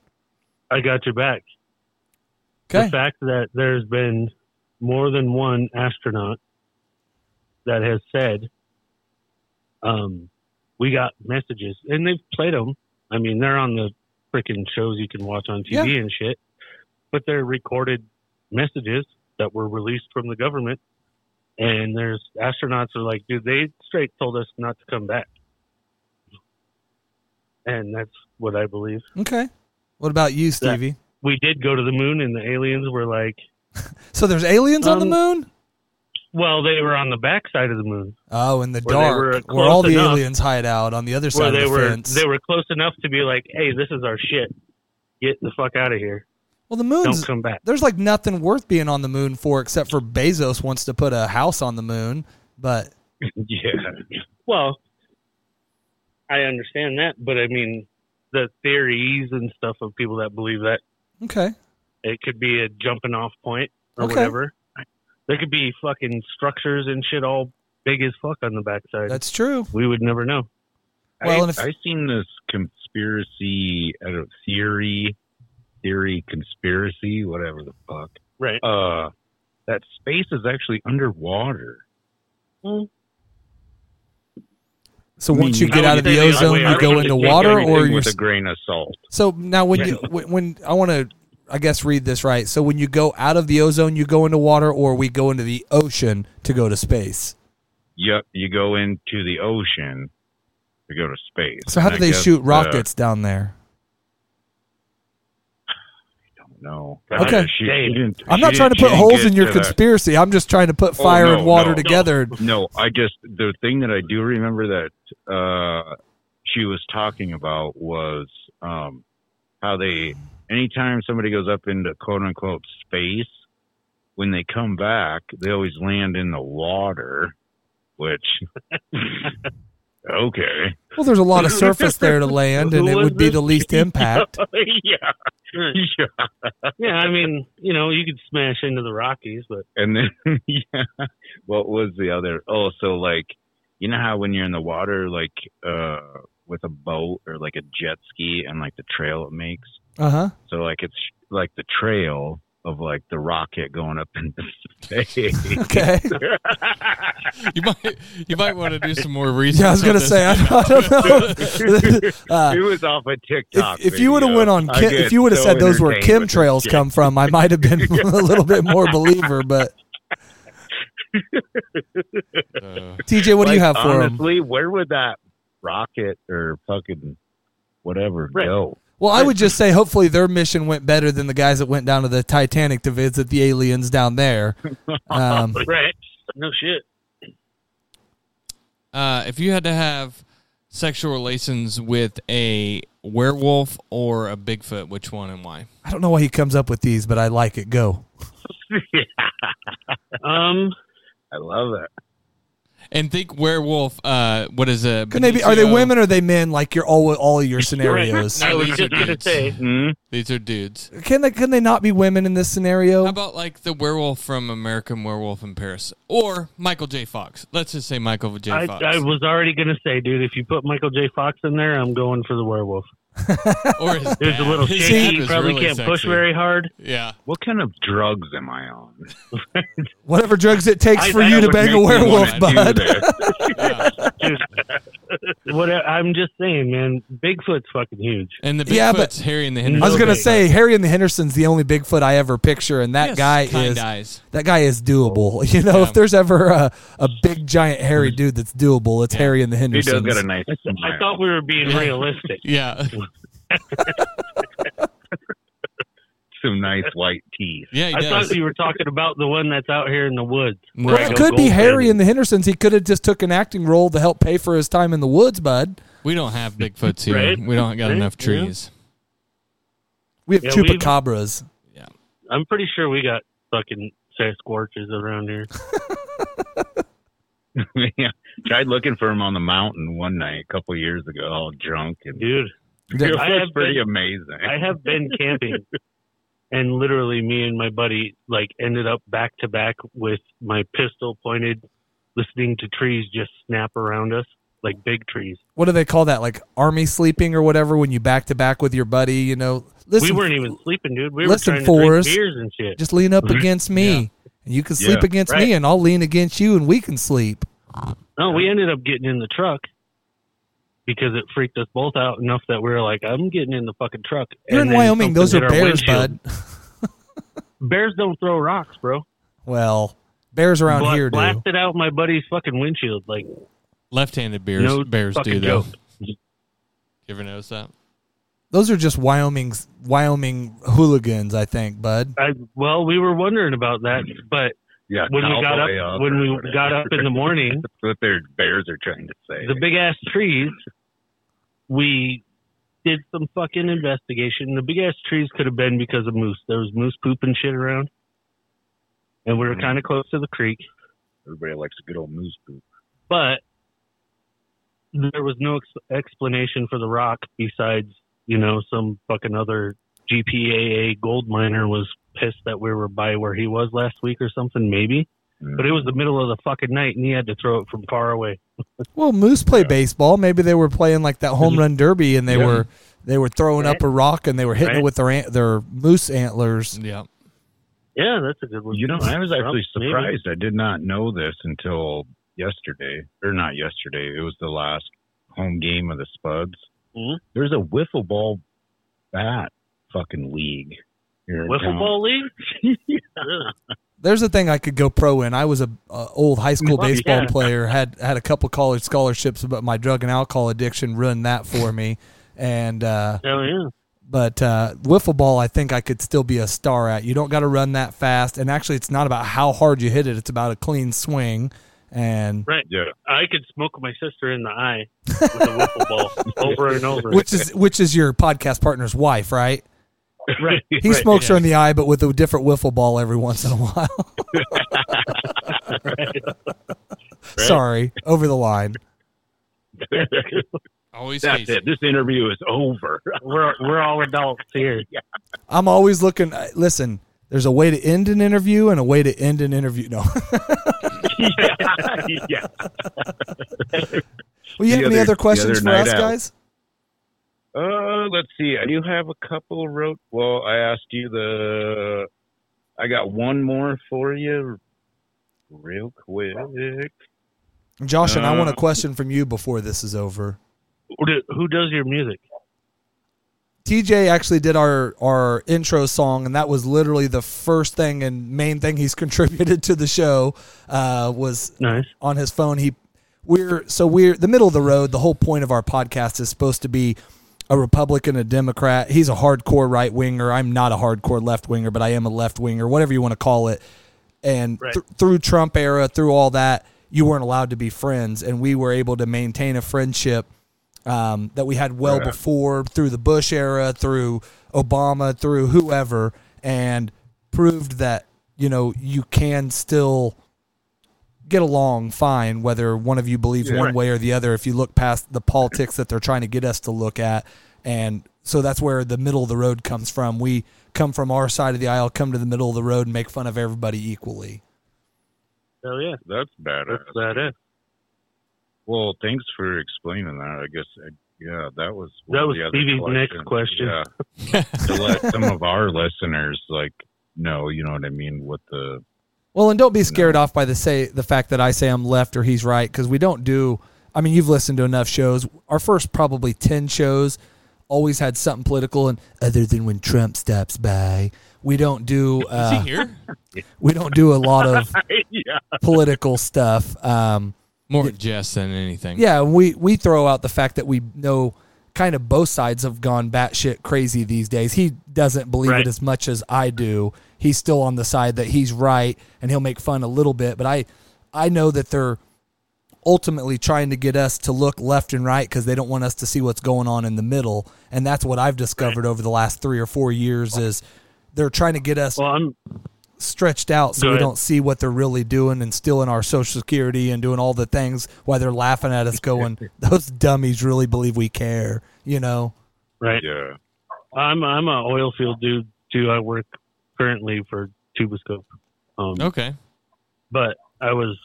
[SPEAKER 3] I got your back.
[SPEAKER 2] Okay.
[SPEAKER 3] the fact that there's been more than one astronaut that has said, um, we got messages, and they've played them. I mean, they're on the freaking shows you can watch on TV and shit, but they're recorded messages that were released from the government. And there's astronauts are like, dude, they straight told us not to come back. And that's what I believe.
[SPEAKER 2] Okay. What about you, Stevie?
[SPEAKER 3] We did go to the moon, and the aliens were like,
[SPEAKER 2] So there's aliens on the
[SPEAKER 3] Um,
[SPEAKER 2] moon?
[SPEAKER 3] Well, they were on the back side of the moon,
[SPEAKER 2] Oh, in the
[SPEAKER 3] where they were
[SPEAKER 2] dark, where
[SPEAKER 3] close
[SPEAKER 2] all the
[SPEAKER 3] enough-
[SPEAKER 2] aliens hide out on the other
[SPEAKER 3] where
[SPEAKER 2] side
[SPEAKER 3] they
[SPEAKER 2] of the
[SPEAKER 3] were
[SPEAKER 2] fence.
[SPEAKER 3] they were close enough to be like, "Hey, this is our shit. Get the fuck out of here.
[SPEAKER 2] well, the
[SPEAKER 3] Don't
[SPEAKER 2] moon's
[SPEAKER 3] come back."
[SPEAKER 2] there's like nothing worth being on the moon for except for Bezos wants to put a house on the moon, but
[SPEAKER 4] yeah.
[SPEAKER 3] Well, I understand that, but I mean, the theories and stuff of people that believe that
[SPEAKER 2] okay.
[SPEAKER 3] it could be a jumping off point or
[SPEAKER 2] Okay.
[SPEAKER 3] whatever. There could be fucking structures and shit all big as fuck on the backside.
[SPEAKER 2] That's true.
[SPEAKER 3] we would never know.
[SPEAKER 2] Well,
[SPEAKER 4] I,
[SPEAKER 2] and if-
[SPEAKER 4] I seen this conspiracy I don't, theory, theory conspiracy, whatever the fuck.
[SPEAKER 3] Right.
[SPEAKER 4] Uh, that space is actually underwater.
[SPEAKER 2] So
[SPEAKER 4] mean,
[SPEAKER 2] once you
[SPEAKER 4] I
[SPEAKER 2] get
[SPEAKER 3] would
[SPEAKER 2] out of
[SPEAKER 3] say
[SPEAKER 2] the
[SPEAKER 3] the other
[SPEAKER 2] ozone,
[SPEAKER 3] way
[SPEAKER 2] you go
[SPEAKER 3] around.
[SPEAKER 2] into
[SPEAKER 4] Take
[SPEAKER 2] water
[SPEAKER 4] everything
[SPEAKER 2] or you're
[SPEAKER 4] with a grain of salt.
[SPEAKER 2] So now when you when, when I want to I guess read this right. So when you go out of the ozone, you go into water or we go into the ocean to go to space.
[SPEAKER 4] Yep, you go into the ocean to go to space.
[SPEAKER 2] So how
[SPEAKER 4] And
[SPEAKER 2] do
[SPEAKER 4] I
[SPEAKER 2] they
[SPEAKER 4] guess,
[SPEAKER 2] shoot
[SPEAKER 4] uh,
[SPEAKER 2] rockets down there?
[SPEAKER 4] I don't know.
[SPEAKER 2] Okay.
[SPEAKER 4] Uh, she- she didn't-
[SPEAKER 2] I'm
[SPEAKER 4] she
[SPEAKER 2] not trying to
[SPEAKER 4] didn't-
[SPEAKER 2] put
[SPEAKER 4] she
[SPEAKER 2] holes
[SPEAKER 4] didn't
[SPEAKER 2] in
[SPEAKER 4] get
[SPEAKER 2] your
[SPEAKER 4] to that.
[SPEAKER 2] conspiracy. I'm just trying to put
[SPEAKER 4] Oh,
[SPEAKER 2] fire
[SPEAKER 4] no,
[SPEAKER 2] and water
[SPEAKER 4] no.
[SPEAKER 2] together.
[SPEAKER 4] No, I just the thing that I do remember that uh, she was talking about was um, how they anytime somebody goes up into quote unquote space, when they come back, they always land in the water, which okay,
[SPEAKER 2] Well, there's a lot of surface there to land, and
[SPEAKER 3] Who
[SPEAKER 2] it
[SPEAKER 3] was
[SPEAKER 2] would be
[SPEAKER 3] this?
[SPEAKER 2] the least impact.
[SPEAKER 4] yeah, yeah,
[SPEAKER 3] Yeah, I mean, you know, you could smash into the Rockies, but
[SPEAKER 4] and then yeah, what was the other? Oh, so like you know how when you're in the water, like uh, with a boat or like a jet ski, and like the trail it makes.
[SPEAKER 2] Uh huh.
[SPEAKER 4] So like it's like the trail of like the rocket going up into space.
[SPEAKER 2] Okay.
[SPEAKER 5] You might you might want to do some more research.
[SPEAKER 2] Yeah, I was
[SPEAKER 5] on
[SPEAKER 2] gonna
[SPEAKER 5] this.
[SPEAKER 2] say I, I don't know. Uh,
[SPEAKER 4] it was off a TikTok.
[SPEAKER 2] if, if you would have went on,
[SPEAKER 4] I
[SPEAKER 2] chem,
[SPEAKER 4] get
[SPEAKER 2] if you would have
[SPEAKER 4] so
[SPEAKER 2] said those were
[SPEAKER 4] entertained with
[SPEAKER 2] chemtrails
[SPEAKER 4] this
[SPEAKER 2] come from, I might have been a little bit more believer. But
[SPEAKER 5] Uh,
[SPEAKER 2] TJ, what do you
[SPEAKER 4] Like,
[SPEAKER 2] have for him?
[SPEAKER 4] honestly, where would that rocket or fucking whatever
[SPEAKER 3] Right.
[SPEAKER 4] go?
[SPEAKER 2] Well, I would just say hopefully their mission went better than the guys that went down to the Titanic to visit the aliens down there. Um,
[SPEAKER 3] Right. No shit.
[SPEAKER 5] Uh, if you had to have sexual relations with a werewolf or a Bigfoot, which one and why?
[SPEAKER 2] I don't know why he comes up with these, but I like it. Go.
[SPEAKER 3] Um,
[SPEAKER 4] I love it.
[SPEAKER 5] And think werewolf. Uh, what is it?
[SPEAKER 2] Could they be, are they women or are they men? Like your all all your scenarios.
[SPEAKER 5] No,
[SPEAKER 3] I was
[SPEAKER 5] these are
[SPEAKER 3] just gonna
[SPEAKER 5] dudes.
[SPEAKER 3] say.
[SPEAKER 4] Hmm?
[SPEAKER 5] These are dudes.
[SPEAKER 2] Can they can they not be women in this
[SPEAKER 5] How
[SPEAKER 2] scenario?
[SPEAKER 5] about like the werewolf from American Werewolf in Paris or Michael J. Fox? Let's just say Michael
[SPEAKER 3] I,
[SPEAKER 5] J. Fox
[SPEAKER 3] I was already gonna say, dude, if you put Michael J. Fox in there, I'm going for the werewolf.
[SPEAKER 5] or his
[SPEAKER 3] It was a
[SPEAKER 5] dad.
[SPEAKER 3] little
[SPEAKER 5] His
[SPEAKER 3] shaky.
[SPEAKER 5] dad
[SPEAKER 3] You
[SPEAKER 5] was
[SPEAKER 3] probably
[SPEAKER 5] really
[SPEAKER 3] can't push
[SPEAKER 5] sexy.
[SPEAKER 3] very hard.
[SPEAKER 5] Yeah,
[SPEAKER 4] What kind of drugs am I on?
[SPEAKER 2] Whatever drugs it takes
[SPEAKER 3] I-
[SPEAKER 2] for
[SPEAKER 3] I
[SPEAKER 2] you to
[SPEAKER 4] Would
[SPEAKER 2] bang
[SPEAKER 4] make
[SPEAKER 2] a
[SPEAKER 4] me
[SPEAKER 2] werewolf,
[SPEAKER 4] wanna do
[SPEAKER 2] bud.
[SPEAKER 4] this.
[SPEAKER 5] yeah.
[SPEAKER 3] What I- I'm just saying, man, Bigfoot's fucking huge.
[SPEAKER 5] and the Bigfoot's
[SPEAKER 2] Yeah, but-
[SPEAKER 5] hairy and the
[SPEAKER 2] I was
[SPEAKER 5] Henderson's
[SPEAKER 2] gonna
[SPEAKER 3] Okay.
[SPEAKER 2] say Harry and the Henderson's the only Bigfoot I ever picture, and that
[SPEAKER 5] Yes,
[SPEAKER 2] guy
[SPEAKER 5] kind
[SPEAKER 2] is
[SPEAKER 5] eyes.
[SPEAKER 2] that guy is doable. You know,
[SPEAKER 5] Yeah.
[SPEAKER 2] if there's ever a, a big giant hairy dude that's doable, it's Harry and the
[SPEAKER 4] Mm. He does
[SPEAKER 2] Henderson's.
[SPEAKER 4] got a nice smile.
[SPEAKER 3] I thought we were being realistic.
[SPEAKER 5] Yeah,
[SPEAKER 4] Some nice white teeth.
[SPEAKER 5] yeah, he
[SPEAKER 3] I
[SPEAKER 5] does.
[SPEAKER 3] thought you were talking about the one that's out here in the woods.
[SPEAKER 5] No.
[SPEAKER 2] well,
[SPEAKER 5] Right,
[SPEAKER 2] it
[SPEAKER 5] go
[SPEAKER 2] could be
[SPEAKER 3] gold
[SPEAKER 2] Harry
[SPEAKER 3] standard.
[SPEAKER 2] and the Hendersons. He could have just took an acting role to help pay for his time in the woods, bud.
[SPEAKER 5] we don't have Bigfoots here.
[SPEAKER 3] Right?
[SPEAKER 5] We don't got
[SPEAKER 3] Right?
[SPEAKER 5] enough
[SPEAKER 3] Yeah.
[SPEAKER 5] trees.
[SPEAKER 2] We have
[SPEAKER 3] Yeah, we've-
[SPEAKER 2] chupacabras.
[SPEAKER 3] I'm pretty sure we got fucking Sasquatches around here.
[SPEAKER 4] yeah. Tried looking for him on the mountain one night a couple years ago, all drunk and
[SPEAKER 3] Dude,
[SPEAKER 4] it
[SPEAKER 3] I
[SPEAKER 4] was
[SPEAKER 3] have
[SPEAKER 4] pretty
[SPEAKER 3] been-
[SPEAKER 4] amazing.
[SPEAKER 3] I have been camping and literally me and my buddy like ended up back to back with my pistol pointed listening to trees just snap around us like big trees.
[SPEAKER 2] What do they call that? Like army sleeping or whatever when you back to back with your buddy, you know. Listen,
[SPEAKER 3] we weren't even sleeping, dude. We
[SPEAKER 2] listen,
[SPEAKER 3] were trying to drink
[SPEAKER 2] Forrest.
[SPEAKER 3] beers and shit.
[SPEAKER 2] just lean up against me.
[SPEAKER 5] Yeah.
[SPEAKER 2] And you can
[SPEAKER 4] Yeah,
[SPEAKER 2] sleep against
[SPEAKER 3] right.
[SPEAKER 2] me and I'll lean against you and we can sleep.
[SPEAKER 3] No, we ended up getting in the truck because it freaked us both out enough that we were like, I'm getting in the fucking truck.
[SPEAKER 2] You're
[SPEAKER 3] And
[SPEAKER 2] in
[SPEAKER 3] then
[SPEAKER 2] Wyoming, those are
[SPEAKER 3] something hit our
[SPEAKER 2] bears,
[SPEAKER 3] windshield.
[SPEAKER 2] bud.
[SPEAKER 3] Bears don't throw rocks, bro.
[SPEAKER 2] Well, bears around
[SPEAKER 3] Bla-
[SPEAKER 2] here do.
[SPEAKER 3] blasted out my buddy's fucking windshield. Like,
[SPEAKER 5] Left-handed bears,
[SPEAKER 3] No
[SPEAKER 5] bears do
[SPEAKER 3] fucking
[SPEAKER 5] though.
[SPEAKER 3] joke.
[SPEAKER 5] You ever notice that?
[SPEAKER 2] Those are just Wyoming's Wyoming hooligans, I think, bud.
[SPEAKER 3] I well, we were wondering about that, but
[SPEAKER 4] yeah,
[SPEAKER 3] when we got
[SPEAKER 4] cowboy
[SPEAKER 3] up, when
[SPEAKER 4] or
[SPEAKER 3] we
[SPEAKER 4] whatever.
[SPEAKER 3] got up in the morning,
[SPEAKER 4] That's what their bears are trying to say.
[SPEAKER 3] the big ass trees, we did some fucking investigation. The big ass trees could have been because of moose. There was moose poop and shit around, and we
[SPEAKER 4] Mm-hmm.
[SPEAKER 3] were kind of close to the creek,
[SPEAKER 4] Everybody likes a good old moose poop.
[SPEAKER 3] but there was no ex- explanation for the rock besides you know some fucking other GPAA gold miner was pissed that we were by where he was last week or something maybe. But it was the middle of the fucking night, and he had to throw it from far away.
[SPEAKER 2] Well, Moose play baseball. Maybe they were playing like that home run derby, and they
[SPEAKER 4] Yeah.
[SPEAKER 2] were they were throwing up
[SPEAKER 3] Mm-hmm. Right.
[SPEAKER 2] a rock and they were hitting it
[SPEAKER 3] Right.
[SPEAKER 2] with their ant, their moose antlers.
[SPEAKER 5] Yeah.
[SPEAKER 3] Yeah, that's a good one.
[SPEAKER 4] You know, I was actually
[SPEAKER 3] Maybe.
[SPEAKER 4] surprised. I did not know this until yesterday, or not yesterday. It was the last home game of the Spuds.
[SPEAKER 3] Mhm.
[SPEAKER 4] There's a wiffle ball bat fucking league. Here in
[SPEAKER 3] Wiffle
[SPEAKER 4] town.
[SPEAKER 3] ball league. Yeah.
[SPEAKER 2] There's a thing I could go pro in. I was a, a old high school
[SPEAKER 3] Fuck
[SPEAKER 2] baseball
[SPEAKER 3] yeah.
[SPEAKER 2] player. had had a couple college scholarships, but my drug and alcohol addiction ruined that for me. And uh,
[SPEAKER 3] Hell yeah.
[SPEAKER 2] but uh, wiffle ball, I think I could still be a star at. You don't got to run that fast, and actually, it's not about how hard you hit it; it's about a clean swing. And
[SPEAKER 4] Yeah.
[SPEAKER 3] I could smoke my sister in the eye with a wiffle ball over and over.
[SPEAKER 2] which is which is your podcast partner's wife, right?
[SPEAKER 3] right.
[SPEAKER 2] He smokes her in the eye, but with a different wiffle ball every once in a while. Sorry, over the line.
[SPEAKER 5] Always
[SPEAKER 4] That's
[SPEAKER 5] hates
[SPEAKER 4] it. This interview is over.
[SPEAKER 3] We're we're all adults here.
[SPEAKER 2] I'm always looking. I- Listen, there's a way to end an interview and a way to end an interview. No,
[SPEAKER 4] yeah.
[SPEAKER 2] well, you have
[SPEAKER 4] The
[SPEAKER 2] any
[SPEAKER 4] other-
[SPEAKER 2] other
[SPEAKER 4] the
[SPEAKER 2] questions
[SPEAKER 4] other
[SPEAKER 2] for
[SPEAKER 4] night
[SPEAKER 2] us,
[SPEAKER 4] out.
[SPEAKER 2] guys?
[SPEAKER 4] Uh, let's see. I do have a couple wrote. Well, I asked you the I got one more for you, real quick.
[SPEAKER 2] Josh, and I want a
[SPEAKER 4] Uh,
[SPEAKER 2] question from you before this is over.
[SPEAKER 3] Who do- Who does your music?
[SPEAKER 2] TJ actually did our our intro song, and that was literally the first thing and main thing he's contributed to the show. Uh, was
[SPEAKER 3] Nice.
[SPEAKER 2] on his phone. He we're so we're the middle of the road. The whole point of our podcast is supposed to be a Republican, a Democrat. He's a hardcore right winger. I'm not a hardcore left winger, but I am a left winger, whatever you want to call it. And
[SPEAKER 3] Right.
[SPEAKER 2] th- through Trump era, through all that, you weren't allowed to be friends, and we were able to maintain a friendship um, that we had well before through the Bush era, through Obama, through whoever, and proved that you know you can still get along fine whether one of you believes one way or the other if you look past the politics that they're trying to get us to look at and so that's where the middle of the road comes from we come from our side of the aisle come to the middle of the road and make fun of everybody equally
[SPEAKER 3] Hell yeah,
[SPEAKER 4] That's badass.
[SPEAKER 3] that's that. Is.
[SPEAKER 4] Well, thanks for explaining that. I guess I, yeah, that was
[SPEAKER 3] That
[SPEAKER 4] one
[SPEAKER 3] was
[SPEAKER 4] of the other
[SPEAKER 3] Stevie's next
[SPEAKER 4] questions.
[SPEAKER 3] question.
[SPEAKER 4] Yeah, to let some of our listeners like know, you know what I mean, what the
[SPEAKER 2] well and don't be scared off by the say the fact that i say i'm left or he's right because we don't do i mean you've listened to enough shows our first probably 10 shows always had something political and other than when trump stops by we don't do
[SPEAKER 5] Is he
[SPEAKER 2] uh,
[SPEAKER 5] here?
[SPEAKER 2] we don't do a lot of
[SPEAKER 3] yeah.
[SPEAKER 2] political stuff. Um,
[SPEAKER 5] More jest than anything.
[SPEAKER 2] yeah, we we throw out the fact that we know kind of both sides have gone batshit crazy these days. He doesn't believe
[SPEAKER 3] Right.
[SPEAKER 2] it as much as I do. He's still on the side that he's right, and he'll make fun a little bit. But I I know that they're ultimately trying to get us to look left and right because they don't want us to see what's going on in the middle. And that's what I've discovered over the last three or four years is they're trying to get us
[SPEAKER 3] Well, I'm
[SPEAKER 2] stretched out so
[SPEAKER 3] Go
[SPEAKER 2] we
[SPEAKER 3] ahead.
[SPEAKER 2] don't see what they're really doing and stealing our social security and doing all the things while they're laughing at us going those dummies really believe we care you know
[SPEAKER 3] right.
[SPEAKER 4] yeah.
[SPEAKER 3] I'm I'm a oil field dude too. I work currently for Tuboscope. Um,
[SPEAKER 5] Okay.
[SPEAKER 3] but I was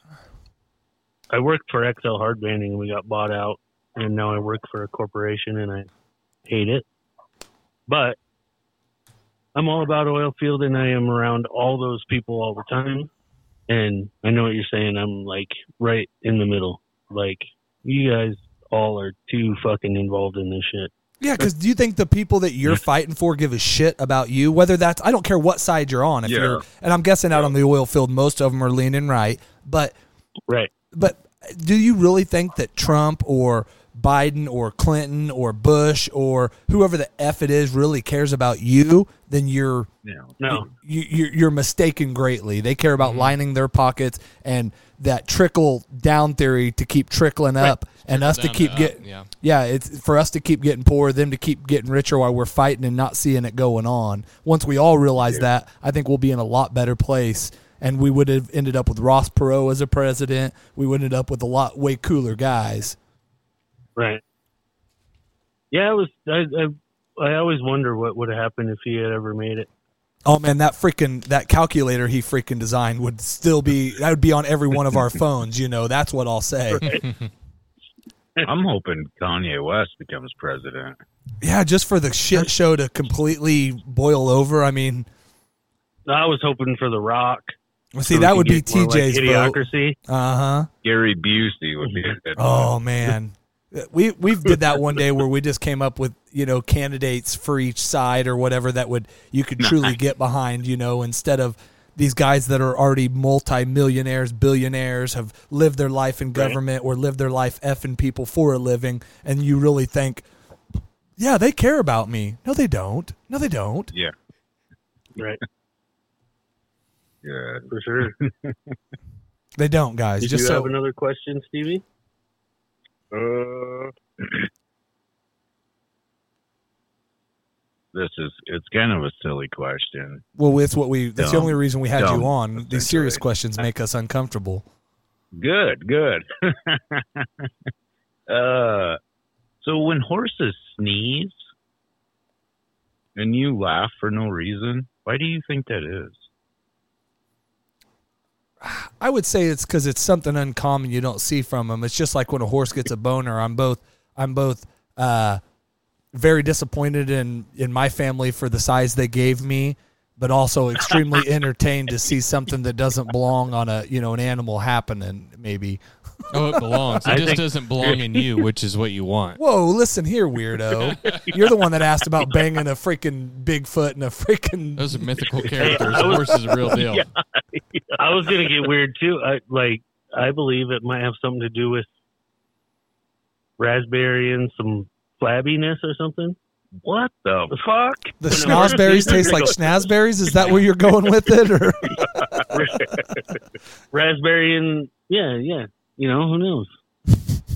[SPEAKER 3] I worked for XL Hard Banding and we got bought out and now I work for a corporation and I hate it. But I'm all about oil field and I am around all those people all the time. And I know what you're saying. I'm like right in the middle. Like you guys all are too fucking involved in this shit.
[SPEAKER 2] yeah because do you think the people that you're fighting for give a shit about you whether that's i don't care what side you're on if
[SPEAKER 4] Yeah.
[SPEAKER 2] you're and i'm guessing out on the oil field most of them are leaning right but
[SPEAKER 3] Right.
[SPEAKER 2] but do you really think that Trump or Biden or Clinton or Bush or whoever the f it is really cares about you? Then you're
[SPEAKER 3] No.
[SPEAKER 2] you, you, you're mistaken greatly. They care
[SPEAKER 5] Mm-hmm.
[SPEAKER 2] about lining their pockets and that trickle down theory to keep trickling up and us to
[SPEAKER 5] down
[SPEAKER 2] keep
[SPEAKER 5] to up,
[SPEAKER 2] getting
[SPEAKER 5] yeah.
[SPEAKER 2] it's for us to keep getting poor, them to keep getting richer while we're fighting and not seeing it going on. Once we all realize that, I think we'll be in a lot better place. And we would have ended up with Ross Perot as a president. We would end up with a lot way cooler guys.
[SPEAKER 3] Right. Yeah, I was I, I I always wonder what would have happened if he had ever made it.
[SPEAKER 2] Oh man, that freaking that calculator he freaking designed would still be that would be on every one of our phones. You know, that's what I'll say.
[SPEAKER 4] I'm hoping Kanye West becomes president.
[SPEAKER 2] Yeah, just for the shit show to completely boil over. I mean,
[SPEAKER 3] I was hoping for The Rock.
[SPEAKER 2] see,
[SPEAKER 3] so
[SPEAKER 2] that
[SPEAKER 3] we
[SPEAKER 2] would be
[SPEAKER 3] could get more
[SPEAKER 2] TJ's
[SPEAKER 3] like
[SPEAKER 2] vote.
[SPEAKER 3] idiocracy.
[SPEAKER 2] Uh huh.
[SPEAKER 4] Gary Busey would be a good
[SPEAKER 2] Oh man, we we did that one day where we just came up with you know candidates for each side or whatever that would you could truly get behind. You know, instead of these guys that are already multi-millionaires, billionaires, have lived their life in government or lived their life effing people for a living, and you really think, yeah, they care about me. No, they don't. No, they don't.
[SPEAKER 4] Yeah.
[SPEAKER 3] Right,
[SPEAKER 4] Yeah.
[SPEAKER 3] for sure.
[SPEAKER 2] They don't, guys.
[SPEAKER 3] Did
[SPEAKER 2] just
[SPEAKER 3] you
[SPEAKER 2] so
[SPEAKER 3] have another question, Stevie?
[SPEAKER 4] Uh, this is it's kind of a silly question.
[SPEAKER 2] Well, with what we, that's the
[SPEAKER 4] Dumb.
[SPEAKER 2] only reason we had
[SPEAKER 4] Dumb,
[SPEAKER 2] you on. These serious
[SPEAKER 4] essentially.
[SPEAKER 2] questions make us uncomfortable.
[SPEAKER 4] Good, good. uh, so when horses sneeze and you laugh for no reason, why do you think that is?
[SPEAKER 2] I would say it's because it's something uncommon you don't see from them. It's just like when a horse gets a boner. I'm both, I'm both, uh, very disappointed in in my family for the size they gave me, but also extremely entertained to see something that doesn't belong on a you know an animal happening. Maybe.
[SPEAKER 5] Oh, it belongs. It
[SPEAKER 3] I
[SPEAKER 5] just
[SPEAKER 3] think-
[SPEAKER 5] doesn't belong in you, which is what you want.
[SPEAKER 2] Whoa, listen here, weirdo! You're the one that asked about banging a freaking Bigfoot and a freaking.
[SPEAKER 5] Those are mythical characters.
[SPEAKER 3] I was-
[SPEAKER 5] Horse is a real deal.
[SPEAKER 3] I was gonna get weird too. I like I believe it might have something to do with raspberry and some flabbiness or something.
[SPEAKER 4] What the fuck?
[SPEAKER 2] The
[SPEAKER 3] When I ordered
[SPEAKER 2] schnozberries
[SPEAKER 3] these,
[SPEAKER 2] taste
[SPEAKER 3] they
[SPEAKER 2] like
[SPEAKER 3] go-
[SPEAKER 2] schnozberries. Is that where you're going with it, or
[SPEAKER 3] Raspberry and yeah, yeah. You know who knows?
[SPEAKER 2] I
[SPEAKER 4] So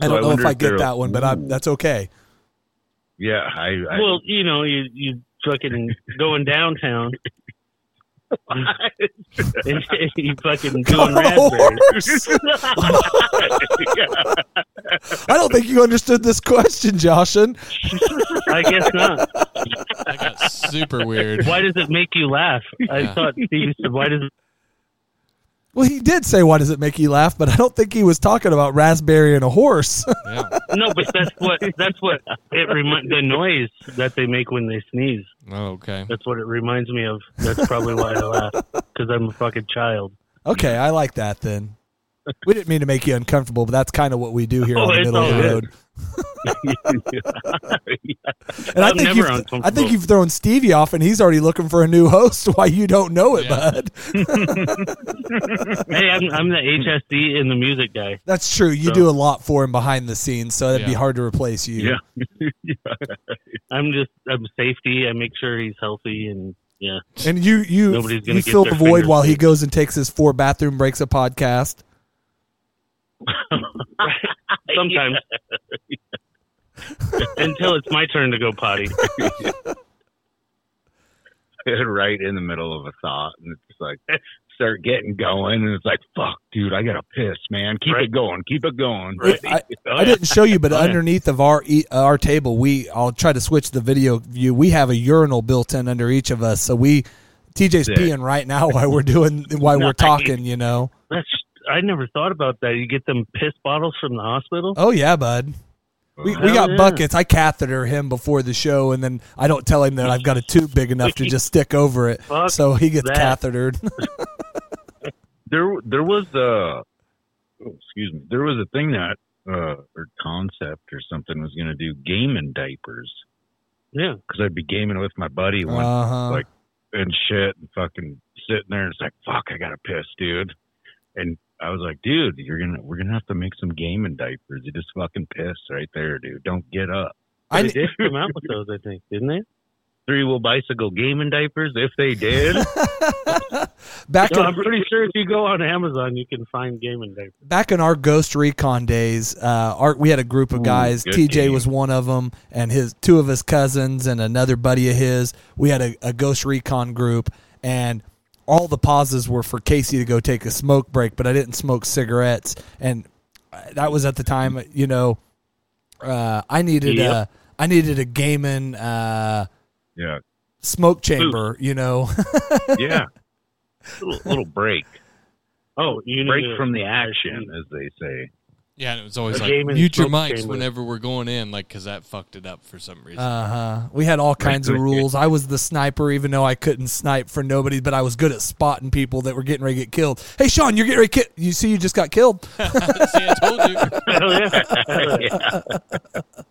[SPEAKER 4] I
[SPEAKER 2] don't know
[SPEAKER 4] wonder
[SPEAKER 2] if I
[SPEAKER 4] if
[SPEAKER 2] get
[SPEAKER 4] they're-
[SPEAKER 2] that one, but I'm
[SPEAKER 4] Ooh.
[SPEAKER 2] that's okay.
[SPEAKER 4] Yeah, I, I
[SPEAKER 3] well, you know, you you fucking going downtown. and you fucking doing raspberry.
[SPEAKER 2] Horse. I don't think you understood this question, Joshin.
[SPEAKER 3] I guess not.
[SPEAKER 5] That got super weird.
[SPEAKER 3] Why does it make you laugh? I
[SPEAKER 5] Yeah.
[SPEAKER 3] thought Steve said, "Why does?" It...
[SPEAKER 2] Well, he did say, "Why does it make you laugh?" But I don't think he was talking about raspberry and a horse.
[SPEAKER 5] Yeah.
[SPEAKER 3] No, but that's what that's what it remi- the noise that they make when they sneeze.
[SPEAKER 5] Oh, okay.
[SPEAKER 3] That's what it reminds me of. That's probably why I laugh because I'm a fucking child.
[SPEAKER 2] okay, I like that then. We didn't mean to make you uncomfortable, but that's kind of what we do here
[SPEAKER 3] Oh,
[SPEAKER 2] on the
[SPEAKER 3] it's
[SPEAKER 2] middle of
[SPEAKER 3] all
[SPEAKER 2] the
[SPEAKER 3] good.
[SPEAKER 2] road. And I
[SPEAKER 3] I'm
[SPEAKER 2] think
[SPEAKER 3] never
[SPEAKER 2] you've, I
[SPEAKER 3] uncomfortable.
[SPEAKER 2] think you've thrown Stevie off, and he's already looking for a new host. Why you don't know it,
[SPEAKER 5] Yeah.
[SPEAKER 2] bud?
[SPEAKER 3] Hey, I'm I'm the HSD and the music guy.
[SPEAKER 2] That's true. You
[SPEAKER 3] So-
[SPEAKER 2] do a lot for him behind the scenes, so that'd be
[SPEAKER 5] Yeah.
[SPEAKER 2] hard to replace you.
[SPEAKER 4] yeah.
[SPEAKER 3] I'm just I'm safety. I make sure he's healthy and yeah.
[SPEAKER 2] And you you
[SPEAKER 3] Nobody's gonna
[SPEAKER 2] you
[SPEAKER 3] get
[SPEAKER 2] fill the
[SPEAKER 3] their
[SPEAKER 2] void
[SPEAKER 3] fingers
[SPEAKER 2] while he
[SPEAKER 3] dirty.
[SPEAKER 2] goes and takes his four bathroom breaks a podcast.
[SPEAKER 3] Sometimes until it's my turn to go potty.
[SPEAKER 4] right in the middle of a thought, and it's just like start getting going, and it's like, fuck, dude, I gotta piss, man. Keep
[SPEAKER 3] Right.
[SPEAKER 4] it going, keep it going.
[SPEAKER 2] I,
[SPEAKER 3] Oh,
[SPEAKER 2] I didn't show you, but
[SPEAKER 3] Oh, yeah.
[SPEAKER 2] underneath of our e- our table, we I'll try to switch the video view. We have a urinal built in under each of us, so we TJ's
[SPEAKER 4] Sick.
[SPEAKER 2] peeing right now while we're doing while we're
[SPEAKER 3] Nice.
[SPEAKER 2] talking. You know,
[SPEAKER 3] That's I never thought about that. You get them piss bottles from the hospital.
[SPEAKER 2] oh yeah, bud. We, we
[SPEAKER 3] Hell
[SPEAKER 2] got
[SPEAKER 3] yeah.
[SPEAKER 2] buckets. I catheter him before the show, and then I don't tell him that I've got a tube big enough to just stick over it.
[SPEAKER 3] Fuck
[SPEAKER 2] so he gets
[SPEAKER 3] that.
[SPEAKER 2] cathetered.
[SPEAKER 4] there there was a oh, excuse me there was a thing that uh or concept or something was going to do gaming diapers
[SPEAKER 3] Yeah.
[SPEAKER 4] because i'd be gaming with my buddy one
[SPEAKER 2] Uh-huh.
[SPEAKER 4] like- and shit and fucking sitting there and it's like fuck i gotta piss dude and i was like dude you're gonna we're gonna have to make some gaming diapers you just fucking piss right there dude don't get up
[SPEAKER 2] I
[SPEAKER 3] they did come out with those, I think, didn't they?
[SPEAKER 4] three wheel bicycle gaming diapers if they did
[SPEAKER 2] back
[SPEAKER 3] No,
[SPEAKER 2] in
[SPEAKER 3] I'm pretty sure if you go on Amazon, you can find gaming diapers.
[SPEAKER 2] back in our Ghost Recon days, uh, our, we had a group of
[SPEAKER 4] Ooh,
[SPEAKER 2] guys.
[SPEAKER 4] good
[SPEAKER 2] TJ
[SPEAKER 4] game.
[SPEAKER 2] was one of them, and his two of his cousins and another buddy of his. We had a, a Ghost Recon group, and all the pauses were for Casey to go take a smoke break, but I didn't smoke cigarettes, and that was at the time. You know, uh, I needed
[SPEAKER 3] Yep.
[SPEAKER 2] a I needed a gaming uh,
[SPEAKER 4] yeah
[SPEAKER 2] smoke chamber. You know,
[SPEAKER 4] yeah little, little break
[SPEAKER 3] Oh, you
[SPEAKER 4] break
[SPEAKER 3] need a-
[SPEAKER 4] from the action as they say
[SPEAKER 5] Yeah, and it was always
[SPEAKER 3] The
[SPEAKER 5] like
[SPEAKER 3] game is
[SPEAKER 5] mute your
[SPEAKER 3] smoke
[SPEAKER 5] mics
[SPEAKER 3] chamber.
[SPEAKER 5] whenever we're going in, like because that fucked it up for some reason.
[SPEAKER 2] Uh huh. We had all kinds of rules. I was the sniper, even though I couldn't snipe for nobody, but I was good at spotting people that were getting ready to get killed. Hey, Sean, you're getting ready to ki- You see, you just got killed. Uh.
[SPEAKER 5] See, I told you.
[SPEAKER 3] Hell yeah.
[SPEAKER 4] uh,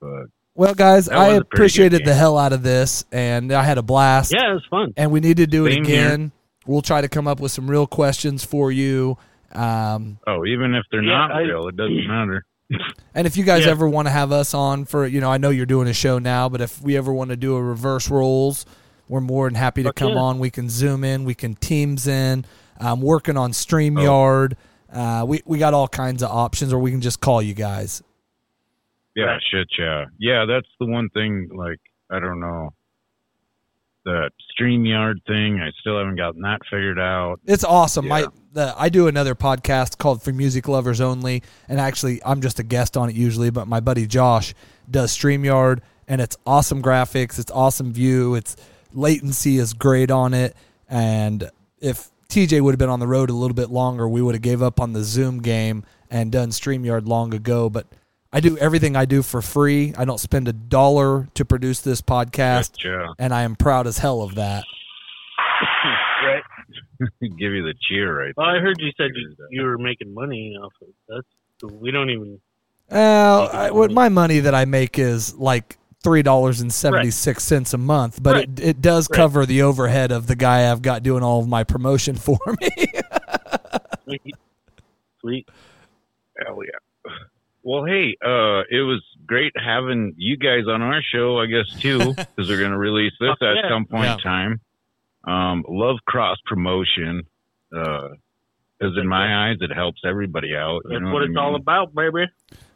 [SPEAKER 4] fuck.
[SPEAKER 2] Well, guys,
[SPEAKER 4] That
[SPEAKER 2] I
[SPEAKER 4] was a pretty good
[SPEAKER 2] appreciated the
[SPEAKER 4] game.
[SPEAKER 2] hell out of this, and I had a blast.
[SPEAKER 3] yeah, it was fun.
[SPEAKER 2] And we need to do it
[SPEAKER 4] Same here.
[SPEAKER 2] again. We'll try to come up with some real questions for you. Um,
[SPEAKER 4] Oh, even if they're
[SPEAKER 3] Yeah,
[SPEAKER 4] not
[SPEAKER 3] I-
[SPEAKER 4] real, it doesn't matter.
[SPEAKER 2] And if you guys
[SPEAKER 3] Yeah.
[SPEAKER 2] ever want to have us on for, you know, I know you're doing a show now, but if we ever want to do a reverse rolls, we're more than happy to
[SPEAKER 3] Fuck
[SPEAKER 2] come
[SPEAKER 3] yeah.
[SPEAKER 2] on. We can zoom in, we can teams in. I'm working on StreamYard.
[SPEAKER 3] Oh.
[SPEAKER 2] Uh, we we got all kinds of options, or we can just call you guys.
[SPEAKER 4] Yeah,
[SPEAKER 3] Right.
[SPEAKER 4] shit, yeah. Yeah, that's the one thing, like, I don't know. The StreamYard thing, I still haven't gotten that figured out.
[SPEAKER 2] It's awesome. My
[SPEAKER 4] Yeah.
[SPEAKER 2] the, I do another podcast called For Music Lovers Only, and actually I'm just a guest on it usually, but my buddy Josh does StreamYard and it's awesome graphics, it's awesome view, it's latency is great on it. And if TJ would have been on the road a little bit longer, we would have gave up on the Zoom game and done StreamYard long ago. But I do everything I do for free. I don't spend a dollar to produce this podcast,
[SPEAKER 4] Gotcha.
[SPEAKER 2] and I am proud as hell of that.
[SPEAKER 3] Right.
[SPEAKER 4] Give you the cheer right
[SPEAKER 3] Well, I heard you said you, you were making money off of that's we don't even
[SPEAKER 2] Uh, I, what my money that I make is like three dollars and seventy six cents a month, but it, it does
[SPEAKER 3] Right.
[SPEAKER 2] cover the overhead of the guy I've got doing all of my promotion for me.
[SPEAKER 3] sweet.
[SPEAKER 4] Hell yeah. Well, hey, uh, it was great having you guys on our show, I guess, too, because we're going to release this
[SPEAKER 3] Oh,
[SPEAKER 4] at
[SPEAKER 3] yeah.
[SPEAKER 4] some point
[SPEAKER 5] Yeah.
[SPEAKER 4] in time. Um, love cross promotion, because in my eyes, it helps everybody out. you
[SPEAKER 3] That's
[SPEAKER 4] know
[SPEAKER 3] what
[SPEAKER 4] I
[SPEAKER 3] it's all
[SPEAKER 4] mean?
[SPEAKER 3] about, baby.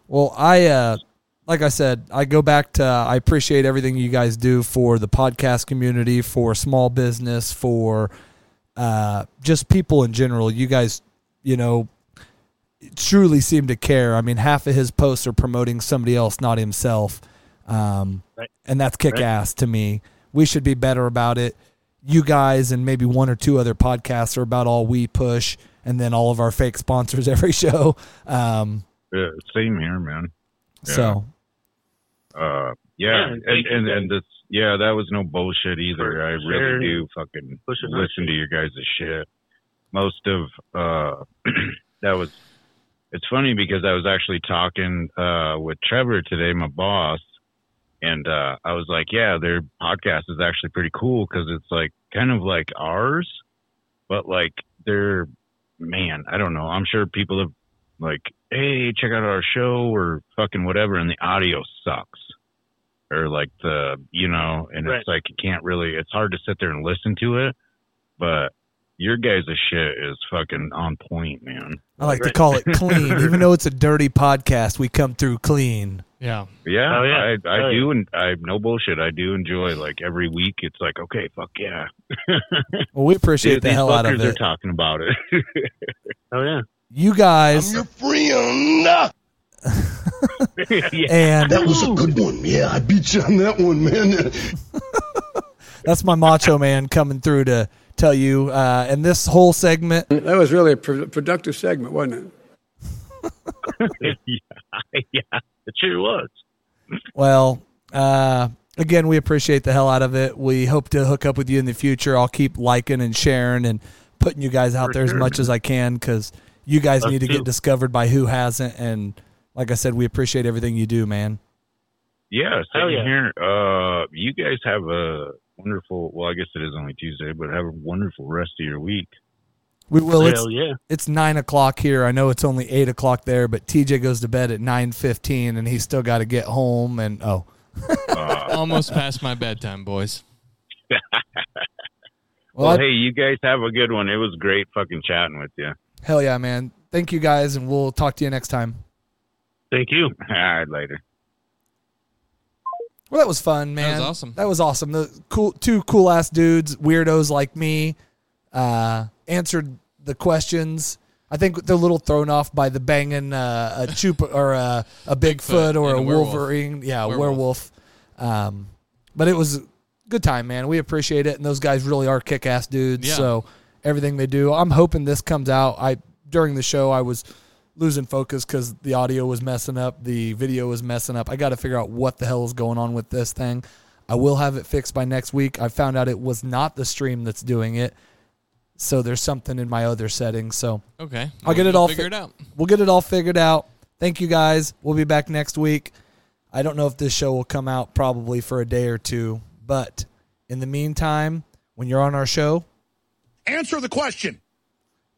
[SPEAKER 2] Well, I uh like I said, I go back to I appreciate everything you guys do for the podcast community, for small business, for uh just people in general. You guys, you know, truly seem to care. I mean, half of his posts are promoting somebody else, not himself. Um
[SPEAKER 3] Right.
[SPEAKER 2] and that's kick ass to me. We should be better about it. You guys and maybe one or two other podcasts are about all we push and then all of our fake sponsors every show. Um
[SPEAKER 4] Yeah, same here, man.
[SPEAKER 2] so
[SPEAKER 4] Uh, yeah,
[SPEAKER 3] Yeah,
[SPEAKER 4] and,
[SPEAKER 3] thank you
[SPEAKER 4] and,
[SPEAKER 3] guys.
[SPEAKER 4] and this, yeah, that was no bullshit either.
[SPEAKER 3] For
[SPEAKER 4] I
[SPEAKER 3] sharing.
[SPEAKER 4] really do fucking
[SPEAKER 3] Pushing our
[SPEAKER 4] listen to your guys' shit. Most of uh, that was. It's funny because I was actually talking uh, with Trevor today, my boss, and uh, I was like, "Yeah, their podcast is actually pretty cool because it's like kind of like ours, but like they're man, I don't know. I'm sure people have like, hey, check out our show or fucking whatever, and the audio sucks. Or like the, you know, and it's like you can't really, it's hard to sit there and listen to it. But your guys' shit is fucking on point, man.
[SPEAKER 2] I like to call it clean, even though it's a dirty podcast. We come through clean.
[SPEAKER 5] Yeah.
[SPEAKER 4] Yeah,
[SPEAKER 3] Oh, yeah.
[SPEAKER 4] I, I
[SPEAKER 3] Oh, yeah.
[SPEAKER 4] do, and I no bullshit. I do enjoy like every week. It's like, okay, fuck yeah,
[SPEAKER 2] Well, we appreciate
[SPEAKER 4] Dude,
[SPEAKER 2] the
[SPEAKER 4] these
[SPEAKER 2] hell out of
[SPEAKER 4] fuckers are
[SPEAKER 2] it.
[SPEAKER 4] talking about it.
[SPEAKER 3] Oh yeah.
[SPEAKER 2] you guys
[SPEAKER 6] your friend.
[SPEAKER 2] and
[SPEAKER 6] That was a good one. Yeah, I beat you on that one, man.
[SPEAKER 2] that's my macho man coming through to tell you. Uh, and this whole segment,
[SPEAKER 7] That was really a pro- productive segment, wasn't it?
[SPEAKER 4] yeah, yeah,
[SPEAKER 3] It sure was.
[SPEAKER 2] well, uh, again, we appreciate the hell out of it. We hope to hook up with you in the future. I'll keep liking and sharing and putting you guys out there as much as I can because you guys
[SPEAKER 3] Us
[SPEAKER 2] need to
[SPEAKER 3] too.
[SPEAKER 2] get discovered by who hasn't. And like I said, we appreciate everything you do, man.
[SPEAKER 4] Yeah,
[SPEAKER 3] Hell
[SPEAKER 4] same
[SPEAKER 3] yeah.
[SPEAKER 4] here. Uh, you guys have a wonderful. Well, I guess it is only Tuesday, but have a wonderful rest of your week.
[SPEAKER 2] We will. It's,
[SPEAKER 3] Hell yeah.
[SPEAKER 2] it's nine o'clock here. I know it's only eight o'clock there, but TJ goes to bed at nine fifteen, and he's still got to get home. And oh,
[SPEAKER 4] Uh,
[SPEAKER 5] Almost past my bedtime, boys.
[SPEAKER 2] well,
[SPEAKER 4] well,
[SPEAKER 2] I-
[SPEAKER 4] hey, you guys have a good one. It was great fucking chatting with you.
[SPEAKER 2] hell yeah, man! Thank you guys, and we'll talk to you next time.
[SPEAKER 3] Thank you.
[SPEAKER 4] All right, later.
[SPEAKER 2] Well, that was fun,
[SPEAKER 5] was
[SPEAKER 2] man.
[SPEAKER 5] awesome.
[SPEAKER 2] That was awesome. The cool, two cool ass dudes, weirdos like me, uh, answered the questions. I think they're a little thrown off by the banging uh, a chupa or a, a Bigfoot,
[SPEAKER 5] Bigfoot
[SPEAKER 2] or
[SPEAKER 5] and
[SPEAKER 2] a
[SPEAKER 5] a werewolf.
[SPEAKER 2] Wolverine. Yeah, a werewolf.
[SPEAKER 5] Werewolf.
[SPEAKER 2] Um, but it was a good time, man. We appreciate it, and those guys really are kick ass dudes.
[SPEAKER 5] Yeah.
[SPEAKER 2] So everything they do, I'm hoping this comes out. I during the show, I was losing focus because the audio was messing up, the video was messing up. I got to figure out what the hell is going on with this thing. I will have it fixed by next week. I found out it was not the stream that's doing it, so there's something in my other settings. So
[SPEAKER 5] Okay.
[SPEAKER 2] I'll get it
[SPEAKER 5] We'll
[SPEAKER 2] all
[SPEAKER 5] figured
[SPEAKER 2] fi-
[SPEAKER 5] out.
[SPEAKER 2] we'll get it all figured out. Thank you guys. We'll be back next week. I don't know if this show will come out probably for a day or two, but in the meantime, when you're on our show,
[SPEAKER 1] Answer the question.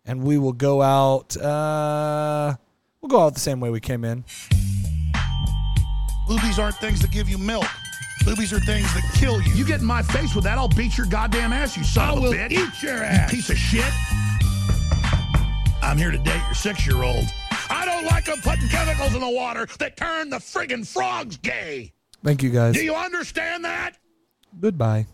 [SPEAKER 2] and we will go out. Uh, we'll go out the same way we came in.
[SPEAKER 1] Boobies aren't things that give you milk. Boobies are things that kill you. You get in my face with that, I'll beat your goddamn ass, you son of a bitch. eat your ass. Piece of shit. I'm here to date your six-year-old. I don't like them putting chemicals in the water that turn the friggin' frogs gay.
[SPEAKER 2] Thank you guys.
[SPEAKER 1] Do you understand that?
[SPEAKER 2] Goodbye.